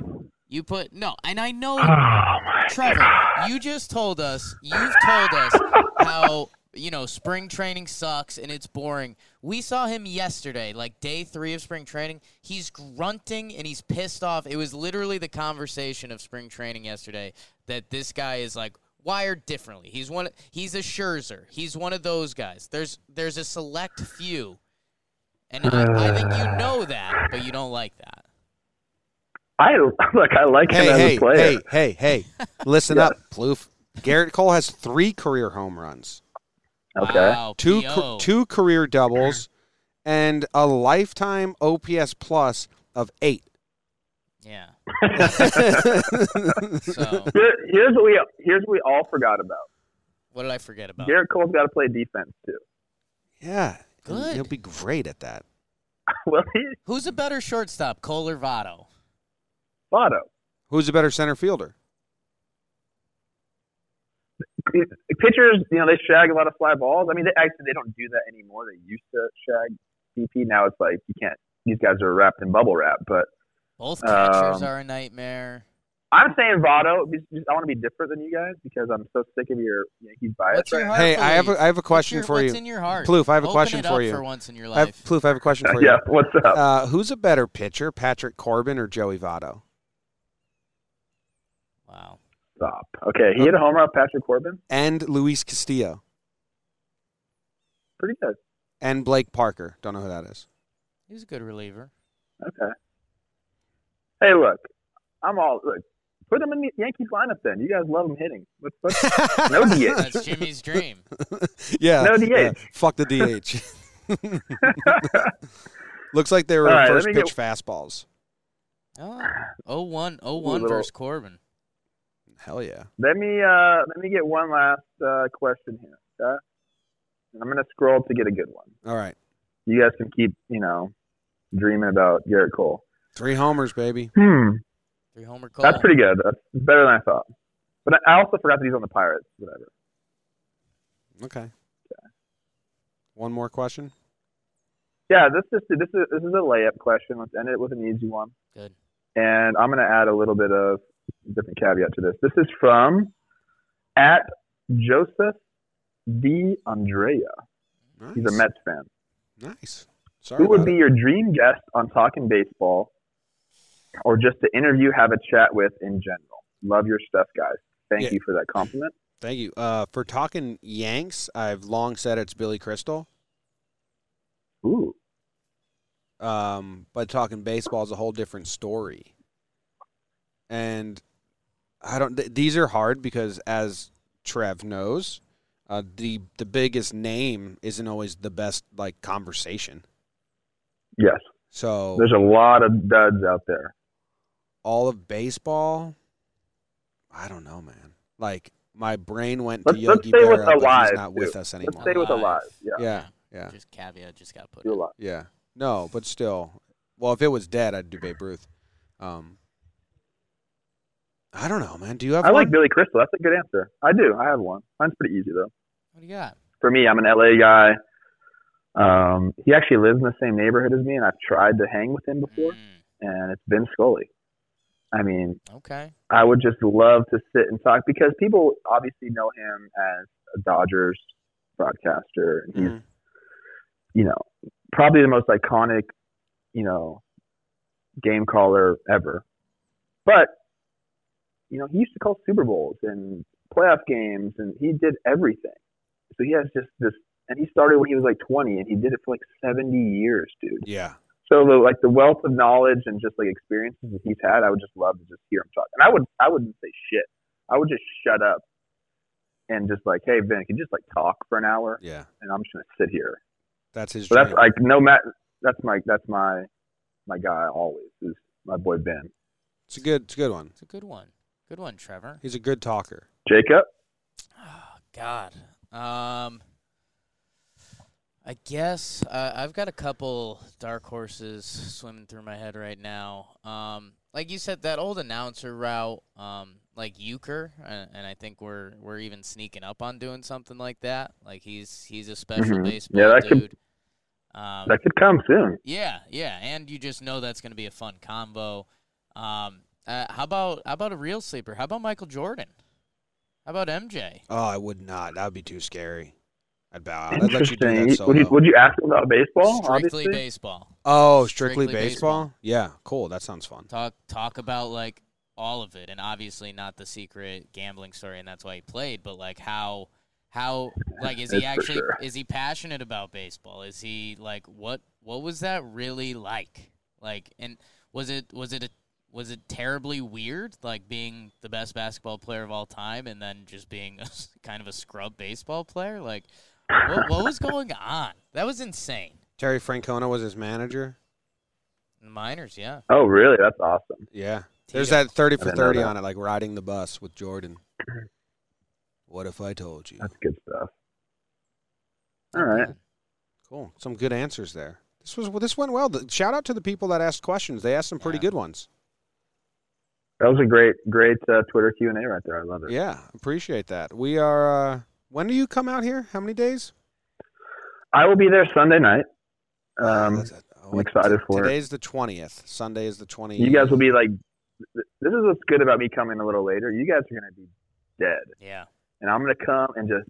S3: you put no, and I know
S2: oh my
S3: Trevor, you just told us, you've told us how you know spring training sucks and it's boring. We saw him yesterday, like day three of spring training. He's grunting and he's pissed off. It was literally the conversation of spring training yesterday that this guy is like wired differently. He's one. He's a Scherzer. He's one of those guys. There's there's a select few, and I, I think you know that, but you don't like that.
S2: I look. I like him as
S1: hey,
S2: a
S1: hey,
S2: player.
S1: hey, hey, hey, listen
S2: Yeah.
S1: up, Ploof. Garrett Cole has three career home runs,
S2: Okay.
S3: Wow,
S1: two
S3: PO.
S1: ca- two career doubles, and a lifetime OPS plus of eight.
S3: Yeah.
S1: That's
S3: So
S2: Here- here's what we here's what we all forgot about.
S3: what did I forget about?
S2: Garrett Cole's got to play defense too.
S1: Yeah. and
S3: Good.
S1: He'll be great at that.
S2: well, he
S3: Who's a better shortstop, Cole or Votto?
S2: Votto.
S1: Who's a better center fielder?
S2: Pitchers, you know, they shag a lot of fly balls. I mean, they actually they don't do that anymore. They used to shag DP. Now it's like you can't. These guys are wrapped in bubble wrap. But
S3: Both catchers
S2: Um,
S3: are a nightmare.
S2: I'm saying Votto. because- because I want to be different than you guys because I'm so sick of your Yankees bias.
S3: What's your
S2: right
S3: heart
S1: hey, I have
S3: belief?
S1: a, I have a
S3: What's
S1: question
S3: your-
S1: for
S3: What's
S1: you.
S3: in your heart?
S1: Ploof, I have a
S3: Open
S1: question
S3: it
S1: for
S3: up
S1: you.
S3: for once in your
S1: I have,
S3: life.
S1: Ploof, I have a question
S2: now.
S1: for you.
S2: yeah. What's up?
S1: Uh, who's a better pitcher, Patrick Corbin or Joey Votto?
S3: Wow.
S2: Stop. Okay. He hit a home run. Patrick Corbin.
S1: And Luis Castillo
S2: Pretty good.
S1: and Blake Parker. Don't know who that is.
S3: He's a good reliever.
S2: Okay. Hey, look. I'm all look. Put him in the Yankees lineup then. You guys love him hitting. Let's, let's, no DH.
S3: That's Jimmy's dream.
S1: yeah.
S2: No
S1: yeah,
S2: DH.
S1: Fuck the DH. Looks like they were
S2: All right, let
S1: first
S2: me
S1: pitch
S2: get-
S1: fastballs.
S3: Oh, 0-1, 0-1
S2: Ooh, little-
S3: versus Corbin.
S1: Hell yeah.
S2: Let me uh, let me get one last uh, question here. Okay? And I'm gonna scroll to get a good one.
S1: All right.
S2: You guys can keep you know dreaming about Garrett Cole.
S1: Three homers, baby.
S2: Hmm,
S3: Three homer Cole.
S2: that's pretty good. That's better than I thought. But I I also forgot that he's on the Pirates. Whatever.
S1: Okay. One more question.
S2: Yeah, this is this is this is a layup question. Let's end it with an easy one.
S3: Good.
S2: And I'm gonna add a little bit of different caveat to this. This is from at Joseph D. Andrea.
S1: Nice.
S2: He's a Mets fan.
S1: Nice. Sorry.
S2: Who would
S1: about
S2: be
S1: it.
S2: your dream guest on Talking Baseball or just to interview, have a chat with in general? Love your stuff, guys. Thank
S1: Yeah.
S2: you for that compliment.
S1: Thank you. Uh, for talking Yanks, I've long said it's Billy Crystal.
S2: Ooh.
S1: Um, but talking baseball is a whole different story. And I don't. Th- these are hard because, as Trev knows, uh, the the biggest name isn't always the best like conversation.
S2: Yes.
S1: So
S2: There's a lot of duds out there.
S1: all of baseball, I don't know, man. Like my brain went
S2: Let's-
S1: to
S2: let's
S1: Yogi
S2: stay with
S1: Berra, but
S2: Alive,
S1: he's not with
S2: too.
S1: us
S2: Let's
S1: anymore.
S2: stay with alive. Yeah.
S1: yeah, yeah,
S3: Just caveat, just got put
S2: Do
S3: in.
S2: alive.
S1: yeah. No, but still, well, if it was dead, I'd do Babe Ruth. Um, I don't know, man. Do you have?
S2: I like
S1: one?
S2: Billy Crystal. That's a good answer. I do. I have one. Mine's pretty easy though.
S3: What do you got?
S2: For me, I'm an LA guy. Um, he actually lives in the same neighborhood as me, and I've tried to hang with him before,
S3: Mm,
S2: and it's Vin Scully. I mean,
S3: okay.
S2: I would just love to sit and talk because people obviously know him as a Dodgers broadcaster, and he's
S1: Mhm.
S2: you know probably the most iconic, you know, game caller ever. But you know, he used to call Super Bowls and playoff games, and he did everything. So he has just this, and he started when he was like 20, and he did it for like 70 years, dude.
S1: Yeah,
S2: So the like the wealth of knowledge and just like experiences that he's had, I would just love to just hear him talk. And I would I wouldn't say shit. I would just shut up and just like, hey Vin, can you just like talk for an hour?
S1: yeah.
S2: And I'm just gonna sit here.
S1: That's his.
S2: But that's
S1: dream.
S2: like no Matt. That's my that's my my guy always is my boy Ben.
S1: it's a good. It's a good one.
S3: It's a good one. Good one, Trevor.
S1: He's a good talker.
S2: Jacob.
S3: Oh, God. Um, I guess uh, I've got a couple dark horses swimming through my head right now. Um, like you said, that old announcer route, um, like Euchre, and, and I think we're we're even sneaking up on doing something like that. Like he's he's a special
S2: Mhm. Yeah,
S3: baseball
S2: that could-
S3: dude. um,
S2: That could come soon.
S3: yeah, yeah, and you just know that's going to be a fun combo. Um, uh, how about how about a real sleeper? How about Michael Jordan? How about MJ?
S1: Oh, I would not. That would be too scary. I'd bow out. I'd let you do
S2: Interesting.
S1: that
S2: would you
S1: solo.
S2: would you ask him about baseball?
S3: Strictly
S2: obviously.
S3: baseball.
S1: oh, strictly,
S3: Strictly
S1: baseball? Yeah, cool. That sounds fun.
S3: Talk talk about like all of it, and obviously not the secret gambling story, and that's why he played. But like how how like is he
S2: That's for
S3: actually
S2: sure.
S3: is he passionate about baseball? Is he like what what was that really like? Like and was it was it a was it terribly weird, like being the best basketball player of all time and then just being a, kind of a scrub baseball player? Like, what, what was going on? That was insane.
S1: Terry Francona was his manager.
S3: Minors, yeah.
S2: Oh, really? That's awesome.
S1: Yeah.
S3: Tito.
S1: There's that 30
S2: I
S1: for
S2: didn't know
S1: 30
S2: that.
S1: on it, like riding the bus with Jordan. What if I told you?
S2: That's good stuff. All right.
S1: Cool. Some good answers there. This was well, this went well. The- Shout out to the people that asked questions. They asked some pretty
S3: Yeah.
S1: good ones.
S2: That was a great, great uh, Twitter Q and A right there. I love it.
S1: Yeah, appreciate that. We are. Uh, when do you come out here? How many days?
S2: I will be there Sunday night. Um,
S1: That's it. Oh,
S2: I'm excited
S1: t-
S2: for it.
S1: Today's the twentieth. Sunday is the twentieth.
S2: you guys will be like, th- this is what's good about me coming a little later. You guys are gonna be dead,
S3: Yeah.
S2: and I'm gonna come and just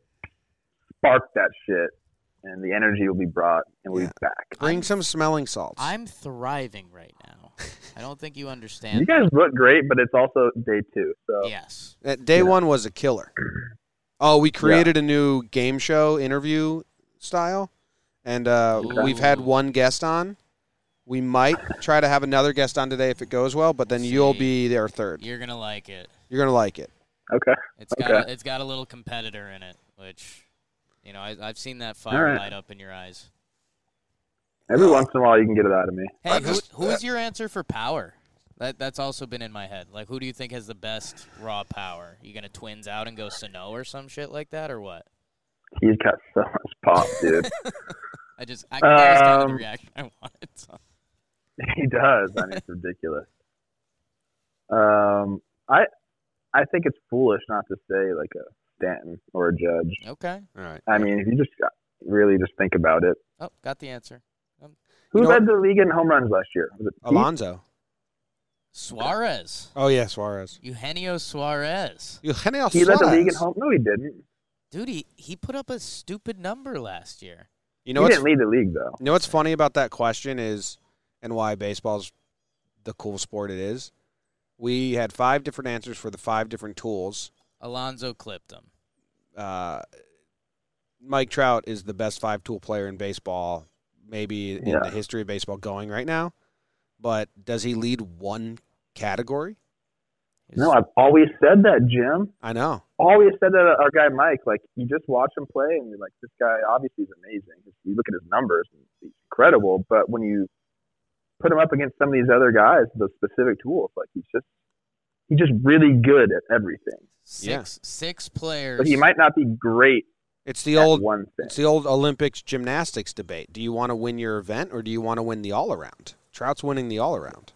S2: spark that shit, and the energy will be brought, and we'll
S1: Yeah.
S2: be back.
S1: bring
S3: I'm-
S1: some smelling salts.
S3: I'm thriving right now. I don't think you understand.
S2: You guys look great, but it's also day two, so
S3: yes.
S1: Uh, Day
S2: Yeah.
S1: one was a killer. Oh, we created a new game show interview style, and uh,
S3: Okay.
S1: we've had one guest on. We might try to have another guest on today if it goes well, but then you'll
S3: See.
S1: be their third.
S3: You're gonna like it.
S1: You're gonna like it.
S2: okay.
S3: It's got
S2: Okay.
S3: a, it's got a little competitor in it, which you know I, I've seen that fire
S2: right.
S3: light up in your eyes.
S2: Every once in a while, you can get it out of me.
S3: Hey, who, who
S2: uh,
S3: is your answer for power? That that's also been in my head. Like, who do you think has the best raw power? You gonna twins out and go Sano or some shit like that, or what?
S2: He's got so much pop, dude.
S3: I just I that was kind of the
S2: Um,
S3: reaction I wanted. So.
S2: He does. I mean, it's ridiculous. Um, I, I think it's foolish not to say like a Stanton or a Judge.
S3: Okay.
S1: All right.
S2: I mean, if you just uh, really just think about it,
S3: Oh, got the answer.
S2: who
S1: You know
S2: led the league in home runs last year? Was it Pete?
S1: Alonzo.
S3: Suarez,
S1: Oh yeah, Suarez.
S3: Eugenio Suarez,
S1: Eugenio
S2: He led the league in
S1: Suarez.
S2: home. No, he didn't.
S3: dude. He, he put up a stupid number last year.
S1: You know
S2: he
S1: what's
S2: didn't lead the league though.
S1: You know what's funny about that question is, and why baseball's the cool sport it is. We had five different answers for the five different tools.
S3: Alonzo clipped him.
S1: Uh, Mike Trout is the best five tool player in baseball, maybe in the
S2: Yeah.
S1: history of baseball going right now. But does he lead one category?
S2: No, I've always said that, Jim.
S1: I know.
S2: Always said that our guy Mike. Like you just watch him play, and you're like, this guy obviously is amazing. You look at his numbers, and he's incredible. But when you put him up against some of these other guys, the specific tools, like he's just he's just really good at everything.
S3: six
S1: Yeah.
S3: six players.
S2: But he might not be great
S1: It's the
S2: at
S1: old
S2: one thing.
S1: it's the old Olympics gymnastics debate. Do you want to win your event or do you want to win the all around? Trout's winning the all around.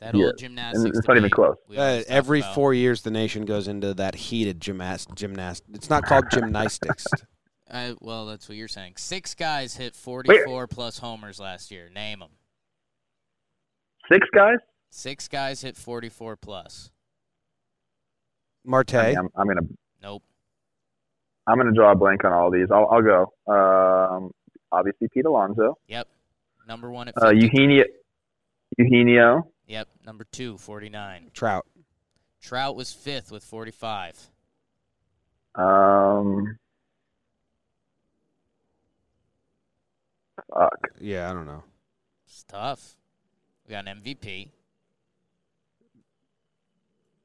S3: that
S2: Yeah.
S3: old gymnastics.
S2: And it's not even
S3: debate
S2: close.
S3: we
S1: Uh,
S3: always talk
S1: every
S3: about.
S1: four years, the nation goes into that heated gymnast. gymnast. It's not called gymnastics.
S3: I, well, that's what you're saying. Six guys hit 44 plus homers last year. Name them.
S2: Six guys.
S3: Six guys hit 44 plus.
S1: Marte,
S2: I mean, I'm, I'm gonna
S3: Nope.
S2: I'm gonna draw a blank on all these. I'll, I'll go. Um, obviously Pete Alonso,
S3: Yep. Number one at
S2: uh,
S3: 50.
S2: Eugenio, Eugenio.
S3: Yep. Number two, 49.
S1: Trout.
S3: Trout was fifth with 45.
S2: Um, fuck.
S1: Yeah, I don't know.
S3: It's tough. We got an MVP.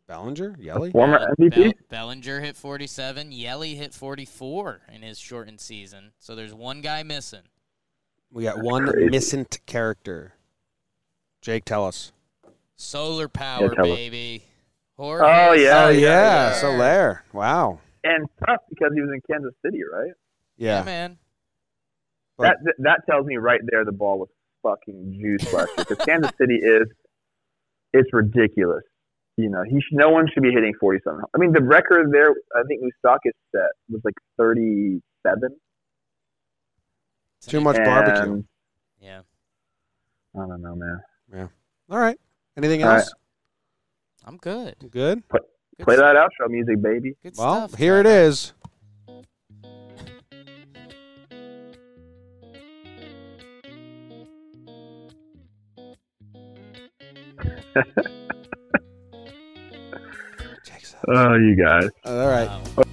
S1: Bellinger, Yelly.
S2: Former
S3: Bell-
S2: MVP.
S3: Bell- Uh, Bellinger hit 47. Yelly hit 44 in his shortened season. So there's one guy missing.
S1: We got one
S2: Crazy.
S1: missing character. Jake, tell us.
S3: Solar power,
S2: tell us.
S3: baby. Jorge
S2: Oh, yeah,
S1: oh
S2: yeah,
S1: yeah,
S2: yeah.
S1: Soler. Wow.
S2: And tough because he was in Kansas City, right?
S1: Yeah.
S3: man.
S1: But-
S2: that that tells me right there the ball was fucking juice last year because Kansas City is it's ridiculous. You know, he should, no one should be hitting forty seven. I mean, the record there, I think Mustakis set was like thirty seven.
S1: Too much barbecue.
S3: Yeah.
S2: I don't know, man.
S1: All right. Anything
S2: All right.
S1: else?
S3: I'm good.
S1: Good.
S3: Good
S2: Play
S3: s-
S2: that outro music, baby.
S3: Good
S1: Well,
S3: stuff,
S1: here it
S3: Trevor.
S1: is. Jake's up.
S2: Oh, you guys.
S1: All right.
S3: Wow.